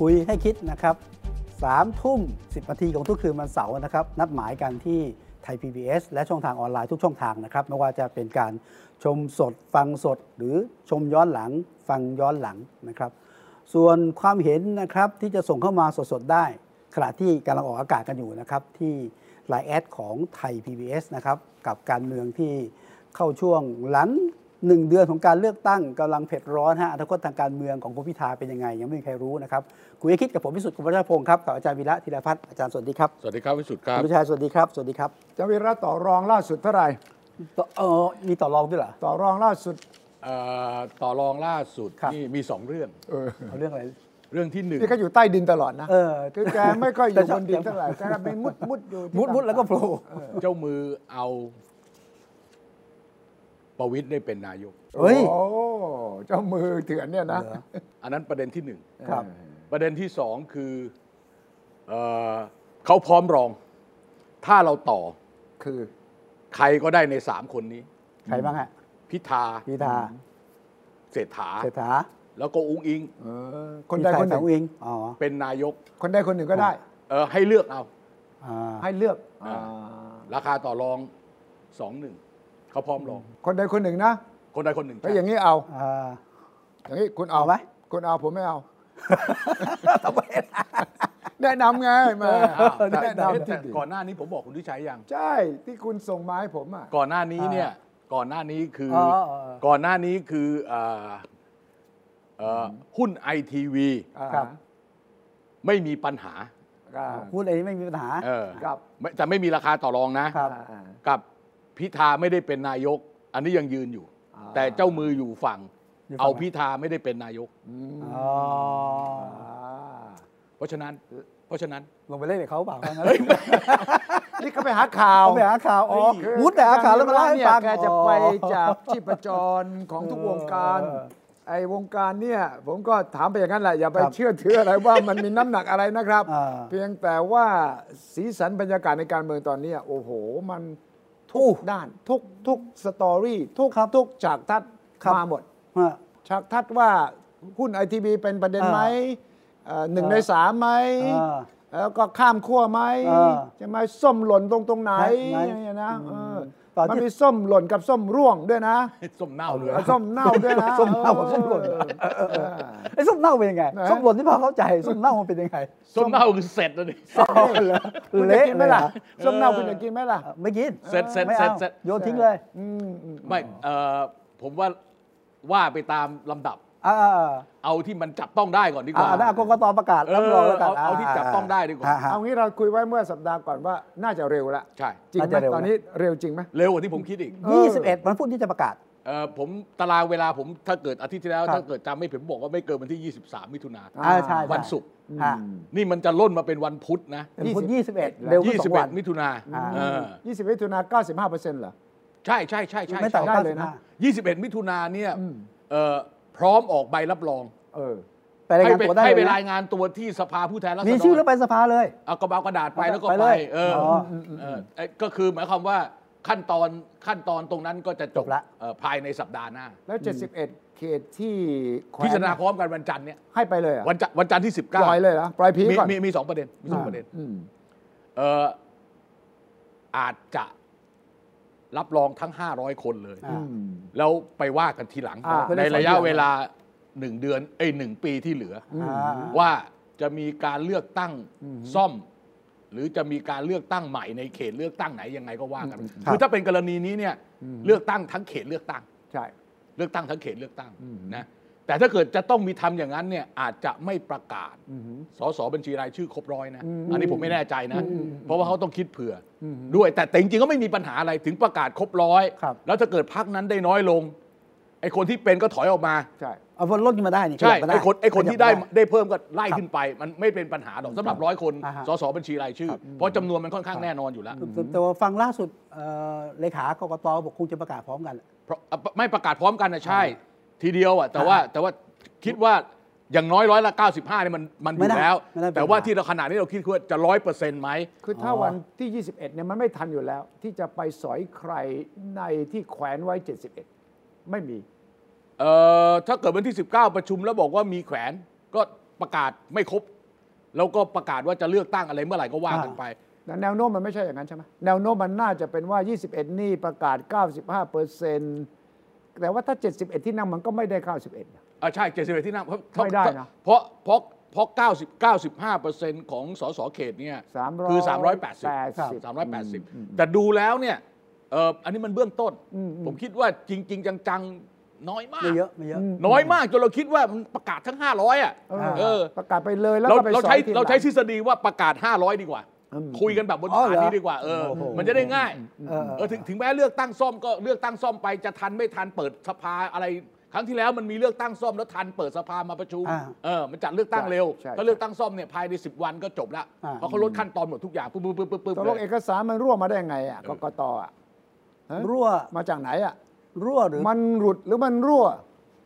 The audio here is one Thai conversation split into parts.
คุยให้คิดนะครับสามทุ่มสินาทีของทุกคืนวันเสาร์นะครับ นัดหมายกันที่ไทย PBS และช่องทางออนไลน์ทุกช่องทางนะครับ ไม่ว่าจะเป็นการชมสดฟังสด หรือชมย้อนหลัง ฟังย้อนหลังนะครับ ส่วนความเห็นนะครับที่จะส่งเข้ามาสดๆได้ ขณะที่กำลังออกอากาศกันอยู่นะครับ ที่ไลน์แอดของไทย PBS นะครับกับการเมืองที่เข้าช่วงหลังหนึ่งเดือนของการเลือกตั้งกำลังเผ็ดร้อนฮะอนาคตทางการเมืองของคุณพิธาเป็นยังไง ยังไม่มีใครรู้นะครับคุยให้คิดกับผมพิสุทธิ์คุณวัชรพงศ์ครับกับอาจารย์วีระธีรพัฒน์อาจารย์สวัสดีครับ สวัสดีครับวิสุทธ์ครับ คุณวิชัยสวัสดีครับสวัสดีครับ จวิระต่อรองล่าสุดเท่าไหร่ ต่อเออมีต่อรองด้วยเหรอ ต่อรองล่าสุด เอ่อต่อรองล่าสุด ครับ นี่มีสองเรื่อง เออ เอาเรื่องอะไร เรื่องที่หนึ่ง นี่ก็อยู่ใต้ดินตลอดนะ เออ คือแกไม่ค่อยอยู่ แต่ชอ บบ นดินเท่าไหร่แกก็ไปมุดมุดอยู่ที่ มุดมุดแล้วก็โผล่ เจ้ามือเอาประวิตยได้เป็นนายก เฮ้ย โอ้เจ้ามือเถื่อนเนี่ยนะ เหรอ อันนั้นประเด็นที่หนึ่ง ครับ ประเด็นที่สองคือเอ่อเขาพร้อมรอง ถ้าเราต่อ คือ ใครก็ได้ในสามคนนี้ ใครบ้างฮะ พิธา พิธา เศรษฐา เศรษฐา แล้วก็อุ้งอิง เออคนใดคนห สา นึ่ ว ง เองอ๋อ เป็นนายก คนใดคนหนึ่งก็ได้ เอ่อให้เลือกเอา อ่า ให้เลือก อ่า อ่า ราคาต่อรองสองหนึ่งเขาพร้อมรอง คนใดคนหนึ่งนะ คนใดคนหนึ่ง แล้วอย่างนี้เอา อ่า อย่างนี้คุณเอา เอาไหม คุณเอาผมไม่เอาแนะนำไงแหมา แต่ แนะ แต่ นำ แต่ ที่ดี ก่อนหน้านี้ผมบอกคุณทิชัยยัง ใช่ที่คุณส่งมาให้ผมอ่ะ ก่อนหน้านี้เนี่ยก่อนหน้านี้คืออ ออ๋อ ก่อนหน้านี้คืออ่าเอ่ออหุ้นไอทีวี ครับ ไม่มีปัญหา อ่า พูดอะไรนี่ไม่มีปัญหา เออ ครับ ไม่แต่ไม่มีราคาต่อรองนะ ครับ อ่า กับพิธาไม่ได้เป็นนายก อันนี้ยังยืนอยู่ อ่า แต่เจ้ามืออยู่ฝั่ง อยู่ฝั่ง เอาพิธาไม่ได้เป็นนายก อืม อ๋อ เพราะฉะนั้น เพราะฉะนั้น ลงไปเล่นกับเขาเปล่าว่างั้น นี่ก็ไปหาข่าว เอาไปหาข่าวอ๋อ คือ มุดแต่หาข่าวแล้วมาเล่าให้ฟัง แกจะไปจากชีพจรของทุกวงการ เออ ไอ้วงการเนี่ย ผมก็ถามไปอย่างนั้นแหละ อย่าไป ครับ เชื่อถืออะไรว่ามันมีน้ำหนักอะไรนะครับ อ่า เพียงแต่ว่าสีสันบรรยากาศในการเมืองตอนเนี้ยโอ้โห มันทุกด้านทุกทุกสตอรี่ทุกทุกฉากทัดมาหมด ฮะ ฉากทัดว่าหุ้นไอทีบีเป็นประเด็นไหมเอ่อหนึ่งในสามไหม อ่า แล้วก็ข้ามขั้วไหม อ่า ใช่ไหมส้มหล่นตรงตรงไหน ไหน อย่างเงี้ยนะเออ ตอนที่ มันมีส้มหล่นกับส้มร่วงด้วยนะ ส้มเน่าเลย เอาส้มเน่าด้วยนะ ส้มเน่ากับ ออ ส้มหล่น เออเออเออ ไอ้ส้มเน่าเป็นยังไง นะ ส้มหล่นที่พอเข้าใจส้มเน่ามันเป็นยังไง ส้มเน่าคือเสร็จแล้วดิ คุณจะ เละ กินเลไหม ย ล่ะ ล่ะ ส้มเน่าคุณจะกินไหมล่ะ ไม่กิน เสร็จเสร็จ ไม่อา เสร็จ โยนทิ้งเลย อืมอืม ไม่เอ่อผมว่าว่าไปตามลำดับ อ่าอ่าอ่า เอาที่มันจับต้องได้ก่อนดีก อ่า ว่า หน้ากรกตประกาศรับรองแล้วกัน เออเอาเอาที่จับต้องได้ดีกว่า ฮะ เอางี้เราคุยไว้เมื่อสัปดาห์ก่อนว่าน่าจะเร็วละ ใช่ จริง น่า ไหม จะเร็วนะ ตอนนี้เร็วจริงไหม เร็วกว่าที่ผมคิดอีก เออ ยี่สิบเอ็ดวันพุธที่จะประกาศ เอ่อผมตารางเวลาผมถ้าเกิดอาทิตย์ที่แล้ควรับ ถ้าเกิดจำไม่ผิดผมบอกว่าไม่เกินวันที่ 23 มิถุนา อ่าใช่ใช่ วันศุกร์ อ่า นี่มันจะล่นมาเป็นวันพุธนะ วันพุธยี่สิบเอ็ดเร็วขึ้นสองวัน 21 มิถุนา อ่า เออ ยี่สิบมิถุนาเก้าสิบห้าเปอร์เซ็นต์เหรอ ใช่ใช่ใช่ใช่ ไม่ต่ำกว่า ได้เลยนะ 25 21 มิถุนาเนี่ย อืม เอ่อพร้อมออกใบรับรอง เออ ไปราย ให้ งาน ไป ตัวได้ ให้ไป เลยนะ รายงานตัวที่สภาผู้แทนราษฎร มีชื่อแล้วไปสภาเลย เอากระเป๋ากระดาษไปแล้วก็ ไป ไป เลย เออ อ อเออเอ้ยก็คือหมายความว่าขั้นตอนขั้นตอนตรงนั้นก็จะจบ จบละ เอ่อภายในสัปดาห์หน้า แล้ว 71 เขตที่แขว พิจารณาพร้อมกันวันจันทร์เนี่ย ให้ไปเลยเหรอ่ะ วันจันทร์วันจันทร์ที่ 19 ปล่อยเลยเหรอปล่อยพี มี ก่อน มีมีสองประเด็นมีสองประเด็น อืม เอ่ออาจจะรับรองทั้ง 500 คนเลย อ่า อืม แล้วไปว่ากันทีหลัง อ่า ในระยะเวลาหนึ่งเดือนเอ้ยหนึ่งปีที่เหลืออ อ่า ว่าจะมีการเลือกตั้งซ่อม หรือจะมีการเลือกตั้งใหม่ในเขตเลือกตั้งไหนยังไงก็ว่ากัน ครับ คือถ้าเป็นกรณีนี้เนี่ยเลือกตั้งทั้งเขตเลือกตั้ง ใช่ เลือกตั้งทั้งเขตเลือกตั้ง อืม นะแต่ถ้าเกิดจะต้องมีทำอย่างนั้นเนี่ยอาจจะไม่ประกาศ อืม สสบัญชีรายชื่อครบร้อยนะ อืม อันนี้ผมไม่แน่ใจนะ อืม เพราะว่าเขาต้องคิดเผื่ออ ม ด้วย แต่แต่จริงๆก็ไม่มีปัญหาอะไรถึงประกาศครบร้อย ครับ แล้วถ้าเกิดพักนั้นได้น้อยลง ไอ้คนที่เป็นก็ถอยออกมา ใช่ เอาคนลดขึ้นมาได้นี่ขใช่ยับมา ไอ้คนไอ้คขนยับ ที่ได้ มา ได้เพิ่มก็ไล่ ครับ ขึ้นไป มันไม่เป็นปัญหาหรอกสำหรัคบรับ ร้อยคน อ่าฮะ สสบัญชีรายชื่อ ครับ เพราะจำนวนมันค่อนข้าง ครับ แน่นอนอยู่แล้ว แต่แต่ว่าฟังล่าสุดเอ่อเลขากกตบอกคงจะประกาศพร้อมกันแหละ เพราะอ่ะไม่ประกาศพร้อมกันนะใช่ ทีเดียวอ่ะแต่ อ่าฮะ ว่าแต่ว่าคิดว่าอย่างน้อยร้อยละ95เนี่ยมันมันอ ไม่ ยู่ ได้ แล้ว ไม่ได้เป็น แต่ว่า ปัญหา ที่เราขนาดนี้เราคิดว่าจะร้อยเปอร์เซ็นต์ไหม คือถ้าวันที่ 21เนี่ยมันไม่ทันอยู่แล้ว ที่จะไปสอยใครในที่แขวนไว้ 71 ไม่มี เอ่อถ้าเกิดวันที่ 19 ประชุมแล้วบอกว่ามีแขวนก็ประกาศไม่ครบ แล้วก็ประกาศว่าจะเลือกตั้งอะไรเมื่อไหร่ก็ว่ากันไป แนวโน้มมันไม่ใช่อย่างนั้นใช่ไหมแนวโน้มมันน่าจะเป็นว่า 21 นี่ประกาศ 95เปอร์เซ็นต์แต่ว่าถ้า 71 ที่นั่งมันก็ไม่ได้ 91นะ อ่าใช่71ที่นั่งเพราะ ไม่ได้นะ เพราะเพราะเพราะ90 95เปอร์เซ็นต์ของสสเขตเนี่ย 300 คือ 380 ครับ 380 แต่ดูแล้วเนี่ยเอ่ออันนี้มันเบื้องต้น อืมอืม ผมคิดว่าจริง ๆ จัง ๆ น้อยมาก ไม่เยอะไม่เยอะ น้อยมากจนเราคิดว่ามันประกาศทั้ง 500 อ่ะ เออ เออ ประกาศไปเลยแล้ว เรา ก็ไป เรา สอ ใช้ ยทีหลัง เราใช้ทฤษฎีว่าประกาศ 500 ดีกว่า อืม คุยกันแบบบน อ๋อ ฐาน เหรอ นี้ดีกว่าเออ โอ้โห มันจะได้ง่าย เออ เออถึงถึงแม้เลือกตั้งซ่อมก็เลือกตั้งซ่อมไปจะทันไม่ทันเปิดสภาอะไร ครั้งที่แล้วมันมีเลือกตั้งซ่อมแล้วทันเปิดสภามาประชุม อ่า เออมันจัดเลือกตั้งเร็ว ใช่ใช่ ถ้าเลือกตั้งซ่อมเนี่ยภายใน 10 วันก็จบละ อ่า เพราะเขาลดขั้นตอนหมดทุกอย่างปุ๊บปุ๊บปุ๊บปุ๊บปุ๊บ ตกลง เลย เอกสารมันรั่วมาได้ไงอ่ะกกตอ่ะฮะ รั่ว มาจากไหนอ่ะ รั่วหรือ มันหลุดหรือมันรั่ว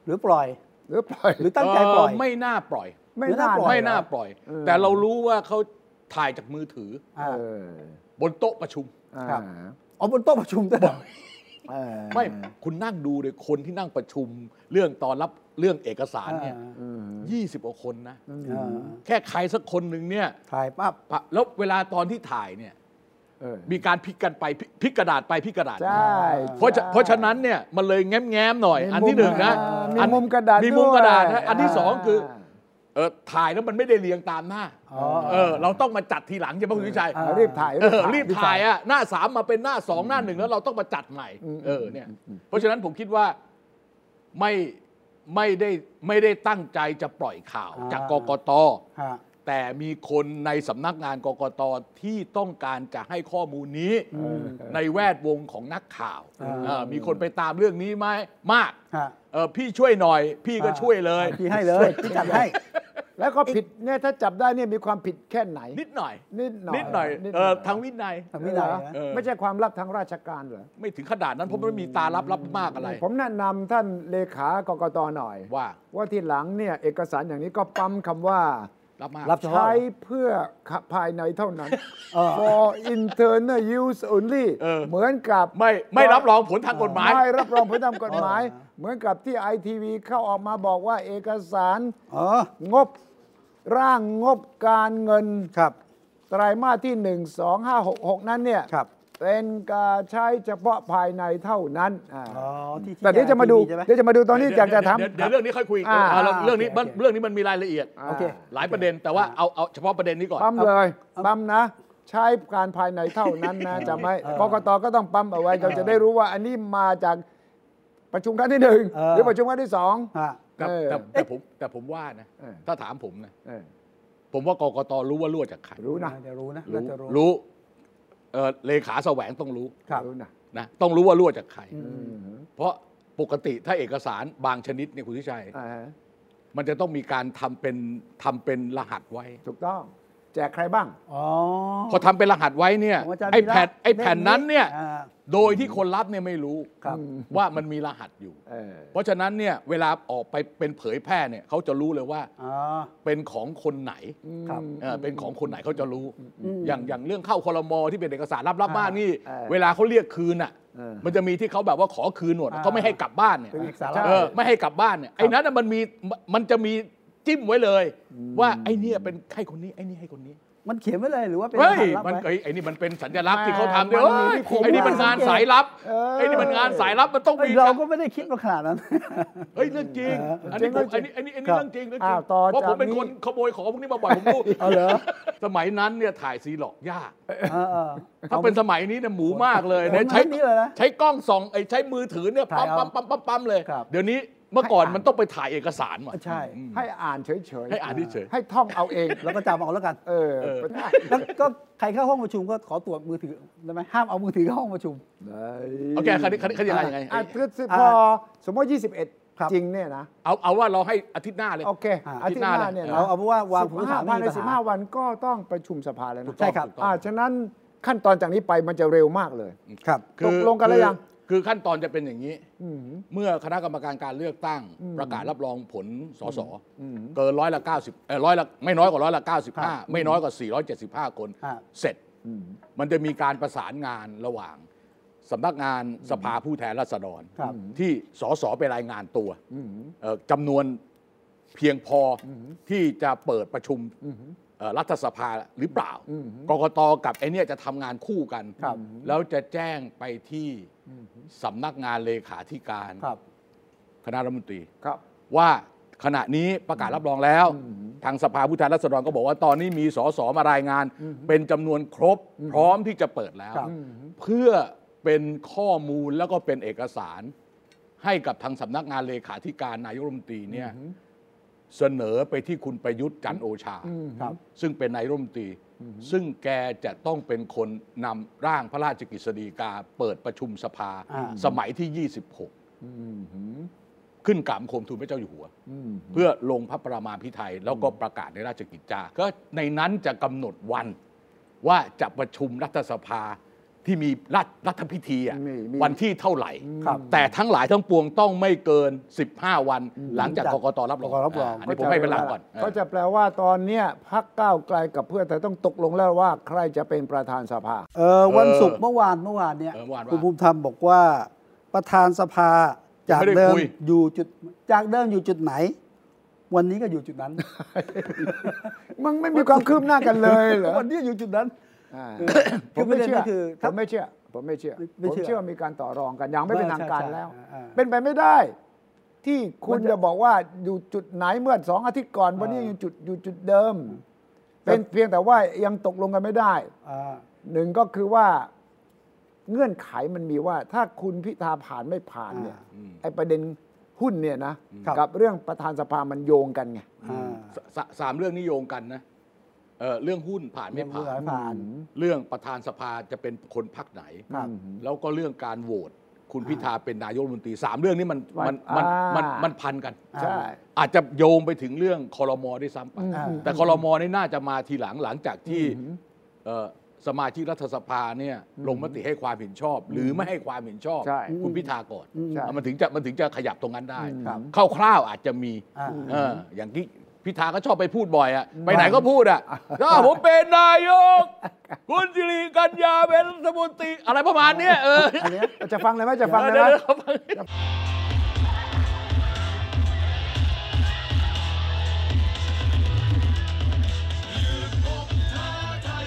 หรือปล่อย หรือปล่อย หรือตั้งใจปล่อย เไม่น่าปล่อย ไม่ หรือ น่า ปล่อย ไม่ เหร น่าปล่อย เออ แต่เรารู้ว่าเขาถ่ายจากมือถือ อ่า เออบ นโต๊ะประชุม อ่า ครับ เอาบนโต๊ะประชุมด้วย เออ ไม่คุณนั่งดูเลยคนที่นั่งประชุม เรื่องตอนรับเรื่องเอกสารเนี่ย อืม ยี่สิบกว่าคนนะ อืม อ่า แค่ใครสักคนหนึ่งเนี่ย ถ่ายปั๊บ แล้วเวลาตอนที่ถ่ายเนี่ย เออ มีการพลิกกันไปพลิกพลิกกระดาษไปพลิกกระดาษ ใช มา ่ เพราะฉะ ใช่ เพราะฉะนั้นเนี่ยมันเลยแง้มแง้มๆหน่อย มี อัน มุม ที่หนึ่งนะ มี อัน มุมกระดาษ มีมุมกระดาษ วย นะอันที่สองคือเออถ่ายแล้วมันไม่ได้เรียงตามหน้า อ๋อ เออเราต้องมาจัดทีหลังใช่ไหมคุณวิชัย เอ ารีบถ่าย เออรีบถ่ายอ่ะหน้าสามมาเป็นหน้าสองหน้าหนึ่งแล้วเราต้องมาจัดใหม่เออเนี่ยเพราะฉะนั้นผมคิดว่าไม่ไม่ได้ไม่ได้ตั้งใจจะปล่อยข่าว อ่า จากกกต ฮะ แต่มีคนในสำนักงานกกตที่ต้องการจะให้ข้อมูลนี้ ในแวดวงของนักข่าว อ่า เอ่อมีคนไปตามเรื่องนี้ไหมมาก ฮะ เอ่อพี่ช่วยหน่อย พี่ก็ช่วยเลย พี่ให้เลยพี่จัดให้ แล้วก็ผิดเนี่ยถ้าจับได้เนี่ยมีความผิดแค่ไหน นิดหน่อย นิดหน่อย นิดหน่อย นิด เอ่อทางวินัย ทางวินัย เหรอ นะ เออ ไม่ใช่ความลับทางราชการเหรอ ไม่ถึงขนาดนั้นเพราะมันมีตารับรับมากอะไร ผมแนะนำท่านเลขากกตหน่อย ว่า ว่าทีหลังเนี่ยเอกสารอย่างนี้ก็ปั๊มคำว่า รับมาก รับเฉพาะ ใช้เพื่อภายในเท่านั้น เออ for internal use only เออ เหมือนกับ ไม่ไม่รับรองผลทางกฎหมาย ไม่รับรองผลตามกฎหมาย เออ เหมือนกับที่ไอทีวีเข้าออกมาบอกว่าเอกสาร อ๋อง บร่างงบการเงิน ครับ ไตรมาสที่ 1 2 5 6 6 นั้นเนี่ย ครับ เป็นการใช้เฉพาะภายในเท่านั้นอ่า อ๋อที่ที่ แต่เดี๋ยวจะมาดู ใช่ไหม เดี๋ยวจะมาดูตอนนี้อยากจะทำ เดี๋ยวเดี๋ยวเดี๋ยวเรื่องนี้ค่อยคุย อ่า เออเราเรื่องนี้ โอเค มัน โอเค เรื่องนี้มันมีรายละเอียด โอเค หลายประเด็นแต่ว่าเอาเอาเฉพาะประเด็นนี้ก่อน ปั๊มเลยปั๊มนะ ใช้การภายในเท่านั้นนะจำไว้ เออก กตก็ต้องปั๊มเอาไว้เราจะได้รู้ว่าอันนี้มาจากประชุมครั้งที่หนึ่ง เออ หรือประชุมครั้งที่สอง ฮะ แต่ เออ แต่แต่ผมแต่ผมว่านะ เออ ถ้าถามผมนะ เออ ผมว่ากกตรู้ว่ารั่วจากใคร รู้นะ น่าจะรู้นะ รู้ น่าจะรู้ รู้เอ่อเลขาแสวงต้องรู้ ครับ รู้นะ นะต้องรู้ว่ารั่วจากใคร อืม เพราะปกติถ้าเอกสารบางชนิดเนี่ยคุณทิชัย อ่าฮะ มันจะต้องมีการทำเป็นทำเป็นรหัสไว้ ถูกต้อง แจกใครบ้าง อ๋อ พอทำเป็นรหัสไว้เนี่ย ของาจารย์ ไอ้ วีระ แผ่นไอ้แผ่นนั้นเนี่ย อ่า โดยที่คนรับเนี่ยไม่รู้ ครับ ว่ามันมีรหัสอยู่ เออ เพราะฉะนั้นเนี่ยเวลาออกไปเป็นเผยแพร่เนี่ยเขาจะรู้เลยว่า อ๋อ เป็นของคนไหน ครับ เออเป็นของคนไหนเขาจะรู้ ม อย่างอย่างเรื่องเข้าคอรมอที่เป็นเอกสารรับรับๆบ้านนี่ อ่า เวลาเขาเรียกคืนอ่ะ เออ มันจะมีที่เขาแบบว่าขอคืนหมดอะ อ่า เขาไม่ให้กลับบ้านเนี่ย เป็นเอกสาร ใช่ ลับ เออไม่ให้กลับบ้านเนี่ยไอ้นั้นน่ะมันมีมันจะมีจิ้มไว้เลย ว่าไอ้เนี่ยเป็นให้คนนี้ไอ้นี่ให้คนนี้ มันเขียนไว้เลยหรือว่าเป็น เฮ้ย รหัสลับ มัน ไว้ ไอ้ไอ้นี่มันเป็นสัญลักษณ์ที่เขาทำ มั ด้วนย มี เอ้ย ที่เขียน ไอ้นี่มันงานสายลับ เออ ไอ้นี่มันงานสายลับมันต้อง เอ้ มี ยเราก็ไม่ได้คิดมาขนาดนั้น เฮ้ยเรื่องจริง เออ อันนี้ผมอันนี้อันนี้อันคนี้รับ เรื่องจริงเรื่องจริง อ้าวต่อ เพราะผม จาก เป็น นี้ คนขโมยของพวกนี้มาบ่อยผมรู้ เอาเหรอ สมัยนั้นเนี่ยถ่ายซีหลอกยาก เออเออ ถ้าเป็นสมัยนี้เนี่ยหมูมากเลย ผม เนี่ยใช้ ใช้นี้เลยนะ ใช้กล้องส่องไอ้ใช้มือถือเนี่ยปั๊มปั๊มปั๊มปั๊มปั๊มเลย ครับ เดี๋ยวนี้เมื่อก่อนมันต้องไปถ่ายเอกสารมา ใช่ ให้อ่านเฉย ให้อ่านเฉยๆ ให้ท่องเอาเอง แล้วก็จำเอาแล้วกัน เออ เออ แล้วก็ใครเข้าห้องประชุมก็ขอตรวจมือถือได้ไหมห้ามเอามือถือเข้าห้องประชุม ได้ โอเคคันนี้คันนี้คันนี้ยังไงยังไง อ่ะคือพอสมมติ 21 ครับ จริงเนี่ยนะ เอาเอาว่าเราให้อาทิตย์หน้าเลย โอเค อ่า อาทิตย์หน้าเนี่ย อาทิตย์หน้าเลย เราเอาเป็นว่าวาง สิบ พื้น ห้า ฐาน ภาย ไม่ ใน มีปัญ สิบ หา ห้าวันก็ต้องประชุมสภาแล้ว ถูกต้องนะใช่ครับ ถูกต้อง อ่าฉะนั้นขั้นตอนจากนี้ไปมันจะเร็วมากเลย ครับ คือ ตกลงกันหรือยัง คือคือขั้นตอนจะเป็นอย่างนี้ อืม เมื่อคณะกรรมการการเลือกตั้ง อืม ประกาศรับรองผลสส อืม เกินร้อยละ90เอ่อร้อยละไม่น้อยกว่าร้อยละ ครับ 95 ไม่น้อยกว่า 475 คน อ่า เสร็จมันจะมีการประสานงานระหว่างสำนักงานสภาผู้แทนราษฎร ครับ ที่สสไปรายงานตัว อืม เอ่อจำนวนเพียงพออที่จะเปิดประชุมเอ่อรัฐสภาหรือเปล่า อืม กกตกับไอเนี่ยจะทำงานคู่กัน ครับ แล้วจะแจ้งไปที่สำนักงานเลขาธิการ ครับ คณะรัฐมนตรี ครับ ว่าขณะนี้ประกาศรับรองแล้ว ทางสภาผู้แทนราษฎรก็บอกว่าตอนนี้มีสสมารายงาน เป็นจำนวนครบพร้อมที่จะเปิดแล้ว ครับ เพื่อเป็นข้อมูลแล้วก็เป็นเอกสาร ให้กับทางสำนักงานเลขาธิการนายกรัฐมนตรีเนี่ยเสนอไปที่คุณประยุทธ์จันทร์โอชา ครับ ซึ่งเป็นนายรัฐมนตรี ซึ่งแกจะต้องเป็นคนนำร่างพระราชกฤษฎีกา เปิดประชุมสภา อ่า สมัยที่ 26 ขึ้นกราบบังคมทูลพระเจ้าอยู่หัว เพื่อลงพระประมาพิไทยแล้วก็ประกาศในราชกิจจา ก็ในนั้นจะกำหนดวันว่าจะประชุมรัฐสภาที่มีรัฐรัฐพิธีอะ มีมี วันที่เท่าไหร่ ครับ แต่ทั้งหลายทั้งปวงต้องไม่เกิน 15 วัน หลังจากกกตรับรอง กกตรับรอง อันนี้ผมให้เป็นหลักก่อน ก็จะแปลว่าตอนเนี้ยพักก้าวไกลกับเพื่อไทยต้องตกลงแล้วว่าใครจะเป็นประธานสภา เออวันศุกร์ เออ เมื่อวานเมื่อวานเนี่ย เออเมื่อวานว่า คุณภูมิธรรมบอกว่าประธานสภาจาก ไม่ได้ เดิม คุย อยู่จุดจากเดิมอยู่จุดไหน วันนี้ก็อยู่จุดนั้น มันไม่มีความคืบหน้ากันเลยเหรอ วันนี้อยู่จุดนั้น อ่า คื ผ อ มไม่เชื่อ ประเด็นก็คือ ผมไม่เชื่อ ผมไม่เชื่อ ไม่ ผม เชื่อ เชื่อมีการต่อรองกันอย่างไม่เป็นทางการแล้ว ใช่ใช่อ่า เป็นไปไม่ได้ ที่คุณจะบอกว่าอยู่จุดไหนเมื่อสองอาทิตย์ก่อน วันนี้ อ่า อยู่จุดอยู่จุดเดิม เป็นเพียงแต่ว่ายังตกลงกันไม่ได้ อ่า หนึ่งก็คือว่าเงื่อนไขมันมีว่า ถ้าคุณพิธาผ่านไม่ผ่านเนี่ย อ่า ไอ้ประเด็นหุ้นเนี่ยนะครับ กับเรื่องประธานสภามันโยงกันไง อ่า สสสามเรื่องนิยงกันนะเอ่อเรื่องหุ้นผ่านไม่ผ่าน ไม่ผ่าน เรื่องประธานสภาจะเป็นคนพักไหน ครับ แล้วก็เรื่องการโหวตคุณพิธาเป็นนายกรัฐมนตรีสามเรื่องนี้มัน ว่า มันมัน อ่ามั มันมันพันกัน ใช่ อาจจะโยงไปถึงเรื่องคอรมอด้วยซ้ำไป อ่า แต่คอรมอนี่น่าจะมาทีหลังหลังจากที่เอ่อสมาชิกรัฐสภาเนี่ยลงมติให้ความเห็นชอบ หรือไม่ให้ความเห็นชอบ ใช่ คุณพิธาก่อน ใช่ อ่ะมันถึงจะมันถึงจะขยับตรงนั้นได้ ครับ คร่าวๆอาจจะมี อ่า เอออย่างที่พิธาก็ชอบไปพูดบ่อยอะไปไหนก็พูดอะถ้าผมเป็นนายก คุณสิริกัญญาเป็นรัฐมนตรีอะไรประมาณเนี้ยเออ อันเนี้ยจะฟังเลยไหมจะฟังเลย เดี๋ยว ไหม เดี๋ยวฟัง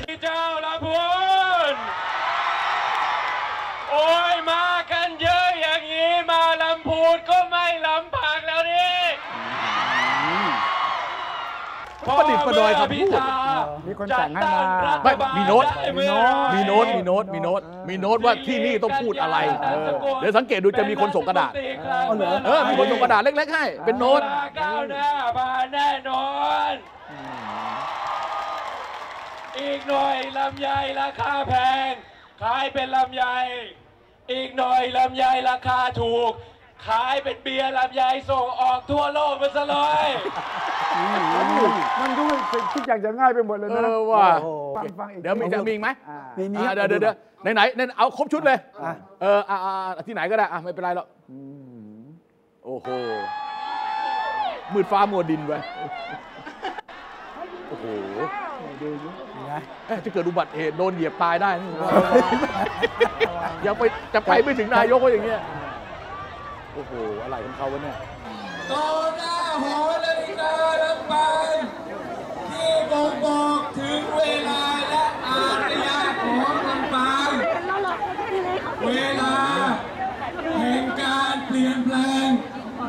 ที่เจ้าละคุณโอ้ยมากันเยอะอย่างนี้มาลำพูนก็ไม่ลำพังแล้วนี่ ประดิษฐ์ประดอยคำพูด มีคนสั่งให้มา ไม่มีโน้ต จัดตั้งรัฐบาลได้เมื่อไหร่ มีโน้ตมีโน้ตมีโน้ตมีโน้ตว่าที่นี่ต้องพูดอะไรเออเดี๋ยวสังเกตดูจะมีคนส่งกระดาษ เอาเหรอ เออมีคนส่งกระดาษเล็กๆให้เป็นโน้ต ก้าวหน้ามาแน่นอน อีกหน่อยลำไยราคาแพง ขายเป็นลำไย อีกหน่อยลำไยราคาถูก ขายเป็นเบียร์ลำไยส่งออกทั่วโลกไปซะเลย มันดูทุกอย่างจะง่ายไปหมดเลยนะ เออว่ะ โอ้ฟังฟังอีก เดี๋ยวมีจะมีอีกไหม อ่า มีมี อ่ะเดี๋ยวเดี๋ยวเดี๋ยวไหนไหนไหนเอาครบชุดเลย อ่ะ เอออ่ะอ่ะอ่ะที่ไหนก็ได้อ่ะไม่เป็นไรหรอกโอ้โหมืดฟ้ามัวดินไว้ยโอ้โห นี่นะ เอ๊ะจะเกิดอุบัติเหตุโดนเหยียบตายได้นี่ผมว่าอย่าไปจะไปไม่ถึงนายกก็อย่างเงี้ย โอ้โห อะไรของเขาวะเนี่ย ต่อหน้าหอนาฬิการัฐบาลที่บ่งบอกถึงเวลาและอารยะของลำปางเวลาแห่งการเปลี่ยนแปลง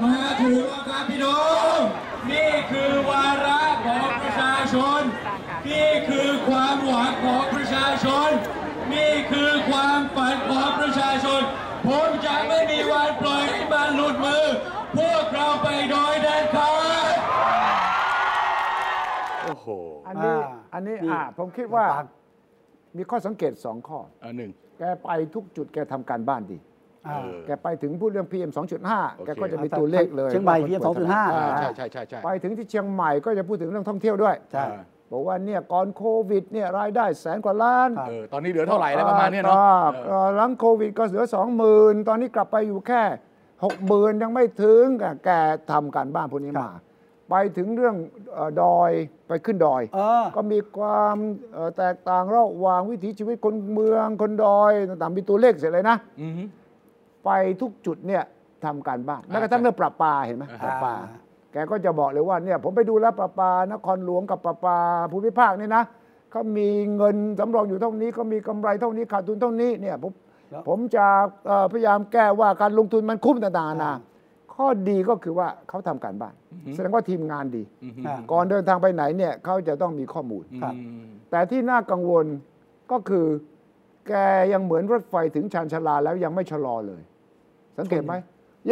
มาถึงแล้วครับพี่น้อง นี่คือวาระของประชาชน นี่คือความหวังของประชาชน นี่คือความฝันของประชาชน ผมจะไม่มีวันปล่อยให้มันหลุดมือ พวกเราไปโดยเด็ดขาด โอ้โห อันนี้ อ่า อันนี้ นี่ อ่าผมคิดว่า ฟัง มีข้อสังเกตสองข้อ อันหนึ่ง แกไปทุกจุดแกทำการบ้านดี อ่า เออ แกไปถึงพูดเรื่อง PM โอ 2.5 เค แกก็จะมีตัวเลขเลย เชียงใหม่ ว่า PM คนป่วยเท่าไหร่ 2.5 ใช่ อ่า ใช่ใช่ใช่ใช่ ไปถึงที่เชียงใหม่ก็จะพูดถึงเรื่องท่องเที่ยวด้วย ใช่ บอกว่าเนี่ยก่อนโควิดเนี่ยรายได้แสนกว่าล้าน ครับ เออตอนนี้เหลือเท่าไหร่อะไรประมาณเนี้ยเนาะ อ่ เออ เอ่อหลังโควิดก็เหลือสองหมื่นตอนนี้กลับไปอยู่แค่หกหมื่นยังไม่ถึงอ่ะแกทำการบ้านพวกนี้มา ไปถึงเรื่องเอ่อดอยไปขึ้นดอย เออ ก็มีความเอ่อแตกต่างระหว่างวิถีชีวิตคนเมืองคนดอยต่างๆมีตัวเลขเสร็จเลยนะ อือฮึ ไปทุกจุดเนี่ยทำการบ้าน อ่า แม้กระทั่งเรื่องประปาเห็นไหม อ่า ประปา อ่า แกก็จะบอกเลยว่าเนี่ยผมไปดูแล้วประปานครหลวงกับประปาภูมิภาคเนี่ยนะเขามีเงินสำรองอยู่เท่านี้เขามีกำไรเท่านี้ขาดทุนเท่านี้เนี่ยผมผมจะเอ่อพยายามแก้ว่าการลงทุนมันคุ้มต่างๆนานาข้อดีก็คือว่าเขาทำการบ้าน แสดงว่าทีมงานดี อือฮึ อ่า ก่อนเดินทางไปไหนเนี่ยเขาจะต้องมีข้อมูล ครับ อืม แต่ที่น่ากังวลก็คือ แกยังเหมือนรถไฟถึงชานชาลาแล้วยังไม่ชะลอเลย สังเกตไหม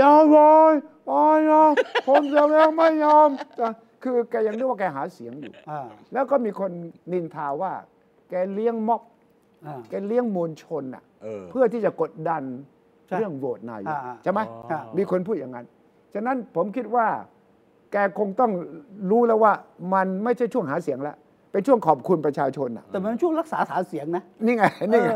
ยาวลอยลอยลอยผมจะยังไม่ยอมแต่คือแกยังนึกว่าแกหาเสียงอยู่ อ่า แล้วก็มีคนนินทาว่า แกเลี้ยงม็อบ อ่า แกเลี้ยงมวลชนอ่ะ เออ เพื่อที่จะกดดัน ใช่ เรื่องโหวตนายก อ่าๆ ใช่ไหม ครับ มีคนพูดอย่างนั้น ฉะนั้นผมคิดว่า แกคงต้องรู้แล้วว่ามันไม่ใช่ช่วงหาเสียงแล้วเป็นช่วงขอบคุณประชาชนอ่ะ แต่มันเป็นช่วงรักษาฐานเสียงนะ นี่ไง นี่ไง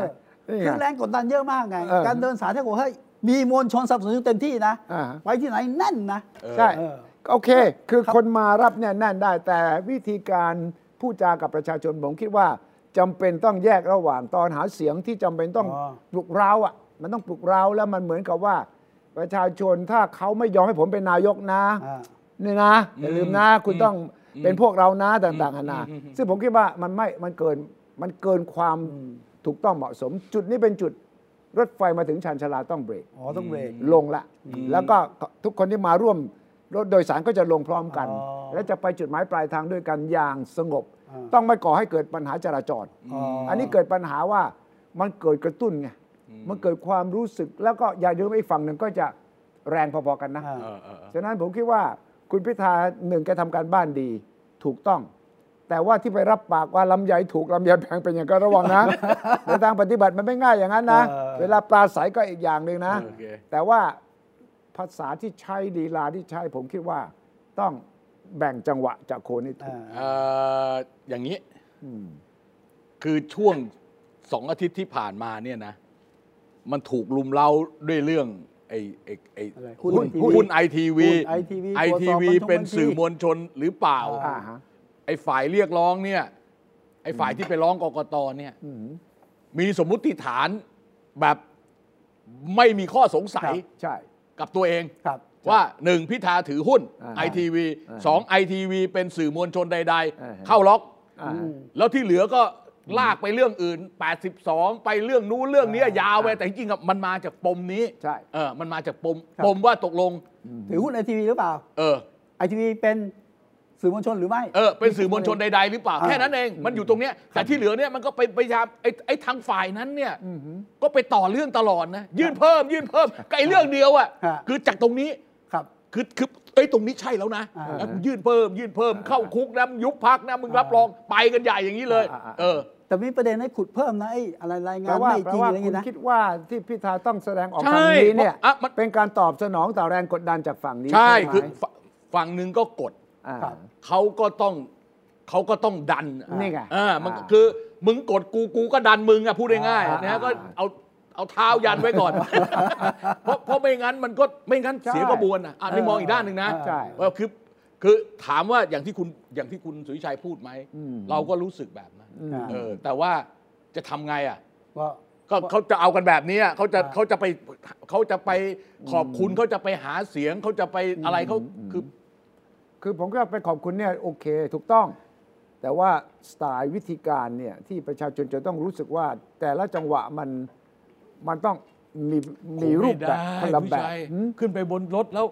เออ นี่ คือ ไง แรงกดดันเยอะมากไง เออ การเดินสายที่บอกเฮ้ยมีมวลชนสนับสนุนอย่างเต็มที่นะ อ่า ไปที่ไหนแน่นนะ ใช่ เออ โอเค คือคนมารับเนี่ยแน่นได้ แต่วิธีการพูดจากับประชาชนผมคิดว่าจำเป็นต้องแยกระหว่างตอนหาเสียงที่จำเป็นต้อง อ๋อ ปลุกเร้าอ่ะ มันต้องปลุกเร้าแล้วมันเหมือนกับว่า ประชาชนถ้าเขาไม่ยอมให้ผมเป็นนายกนะ อ่า นี่นะอย่าลืมนะ คุณต้องเป็นพวกเรานะต่างๆนานาซึ่งผมคิดว่ามันไม่มันเกินมันเกินความถูกต้องเหมาะสม จุดนี้เป็นจุดรถไฟมาถึงชานชาลาต้องเบรก อ๋อต้องเบรก ลงละ แล้วก็ทุกคนที่มาร่วมรถโดยสารก็จะลงพร้อมกัน อ๋อ และจะไปจุดหมายปลายทางด้วยกันอย่างสงบ อ่า ต้องไม่ก่อให้เกิดปัญหาจราจร อันนี้เกิดปัญหาว่ามันเกิดกระตุ้นไงมันเกิดความรู้สึก แล้วก็อย่าลืมไอ้ฝั่งหนึ่งก็จะแรงพอๆกันนะ อ่า เออเออเออ ฉะนั้นผมคิดว่าคุณพิธาหนึ่งแกทำการบ้านดี ถูกต้อง แต่ว่าที่ไปรับปากว่าลำไยถูกลำไยแพงเป็นอย่างก็ระวังนะ ในทางปฏิบัติมันไม่ง่ายอย่างนั้นนะ เออ เวลาปลาใสก็อีกอย่างหนึ่งนะ โอเค แต่ว่าภาษาที่ใช้ดีลาที่ใช้ผมคิดว่าต้องแบ่งจังหวะจากโคนนี่ถู อ่าก เอ่ออย่างนี้คือช่วงสองอาทิตย์ที่ผ่านมาเนี่ยนะ มันถูกลุมเล้าด้วยเรื่อง ไอ้ไอ้ไอ้ อะไรหุ้ หุ้ น ITV นหุ้นไอทีวี หุ้น ITV ไอ ตรวจ ที สอบ วี บัญชง เป็น บัญชี สื่อมวลชนหรือเปล่า อ่าฮะ ไอ้ฝ่ายเรียกร้องเนี่ย ไอ้ฝ่ายที่ไปร้องกกตเนี่ย อืม มีสมมุติฐานแบบไม่มีข้อสงสัย ใช่ กับตัวเอง ครับ ว่าหนึ่งพิธาถือหุ้น อ่า ไอทีวี อ่า สองไอทีวีเป็นสื่อมวลชนใด อ่าฮะ ๆ เข้าล็อก อ่าฮะ แล้วที่เหลือก็ลากไปเรื่องอื่น 82 ไปเรื่องนู้นเรื่องเนี้ยยาวไป อ่า แต่จริงๆอะมันมาจากปมนี้ ใช่ เออมันมาจากปม ครับ ปมว่าตกลง ถือหุ้นไอทีวีหรือเปล่า เออ ไอทีวีเป็นสื่อมวลชนหรือไม่ เออ เป็นสื่อมวลชนใด ๆ หรือเปล่า อ่า แค่นั้นเอง มันอยู่ตรงเนี้ยแต่ที่เหลือเนี่ยมันก็ไปพยายามไอ้ไอ้ทางฝ่ายนั้นเนี่ยก็ไปต่อเรื่องตลอดนะ ยื่นเพิ่ม ยื่นเพิ่มกับไอ้เรื่องเดียวอ่ะคือจากตรงนี้ ครับ คือคือไอ้ยตรงนี้ใช่แล้วนะ อ่า แล้วกูยื่นเพิ่ม ยื่นเพิ่มเข้าคุกนะมึงยุบพักนะมึงรับ อ่าร รองไปกันใหญ่อย่างนี้เลย อ่าอ่าอ่า เออ แต่มีประเด็นให้ขุดเพิ่มนะไอ้อะไรรายงา แปล น ว่า ไม่ แปล จริง ว่า อะไรอย่าง คุณ งี้นะ คิดว่าที่พิธาต้องแสดงออก ใช่ ทางนี้เนี่ย เพราะอ่ะมัน เป็นการตอบสนองต่อแรงกดดันจากฝั่งนี้ ใช่ ไหม คือฝฝั่งหนึ่งก็กด อ่า ครับ เขาก็ต้องเขาก็ต้องดัน นี่ไง อ่ามันก็ อ่า คือมึงกดกูกูก็ดันมึงอะพูดง่าย อ่า ๆนะฮะ อ่า ก็เอาเอาเท้ายันไว้ก่อน เพราะเพราะไม่งั้นมันก็ไม่งั้น ใช่ เสียกระบวนอ่ะอันนี้มองอีกด้านหนึ่งนะ ใช่ ว่าคือคือถามว่าอย่างที่คุณอย่างที่คุณสุวิชัยพูดไหม อืม เราก็รู้สึกแบบนั้น อ่า เออ แต่ว่าจะทำไงอ่ะ ว่า ก็เขาจะเอากันแบบนี้อะเขาจะ อ่า เขาจะไปเขาจะไปขอบคุณเขาจะไปหาเสียงเขาจะไปอะไรเขาคือ คือผมก็ไปขอบคุณเนี่ยโอเคถูกต้อง แต่ว่าสไตล์วิธีการเนี่ยที่ประชาชนจะต้องรู้สึกว่า แต่ละจังหวะมันมันต้องมีมีรูปแบบ ไ คนละ ผู้ แบบ ชาย อืม ขึ้นไปบนรถแล้ว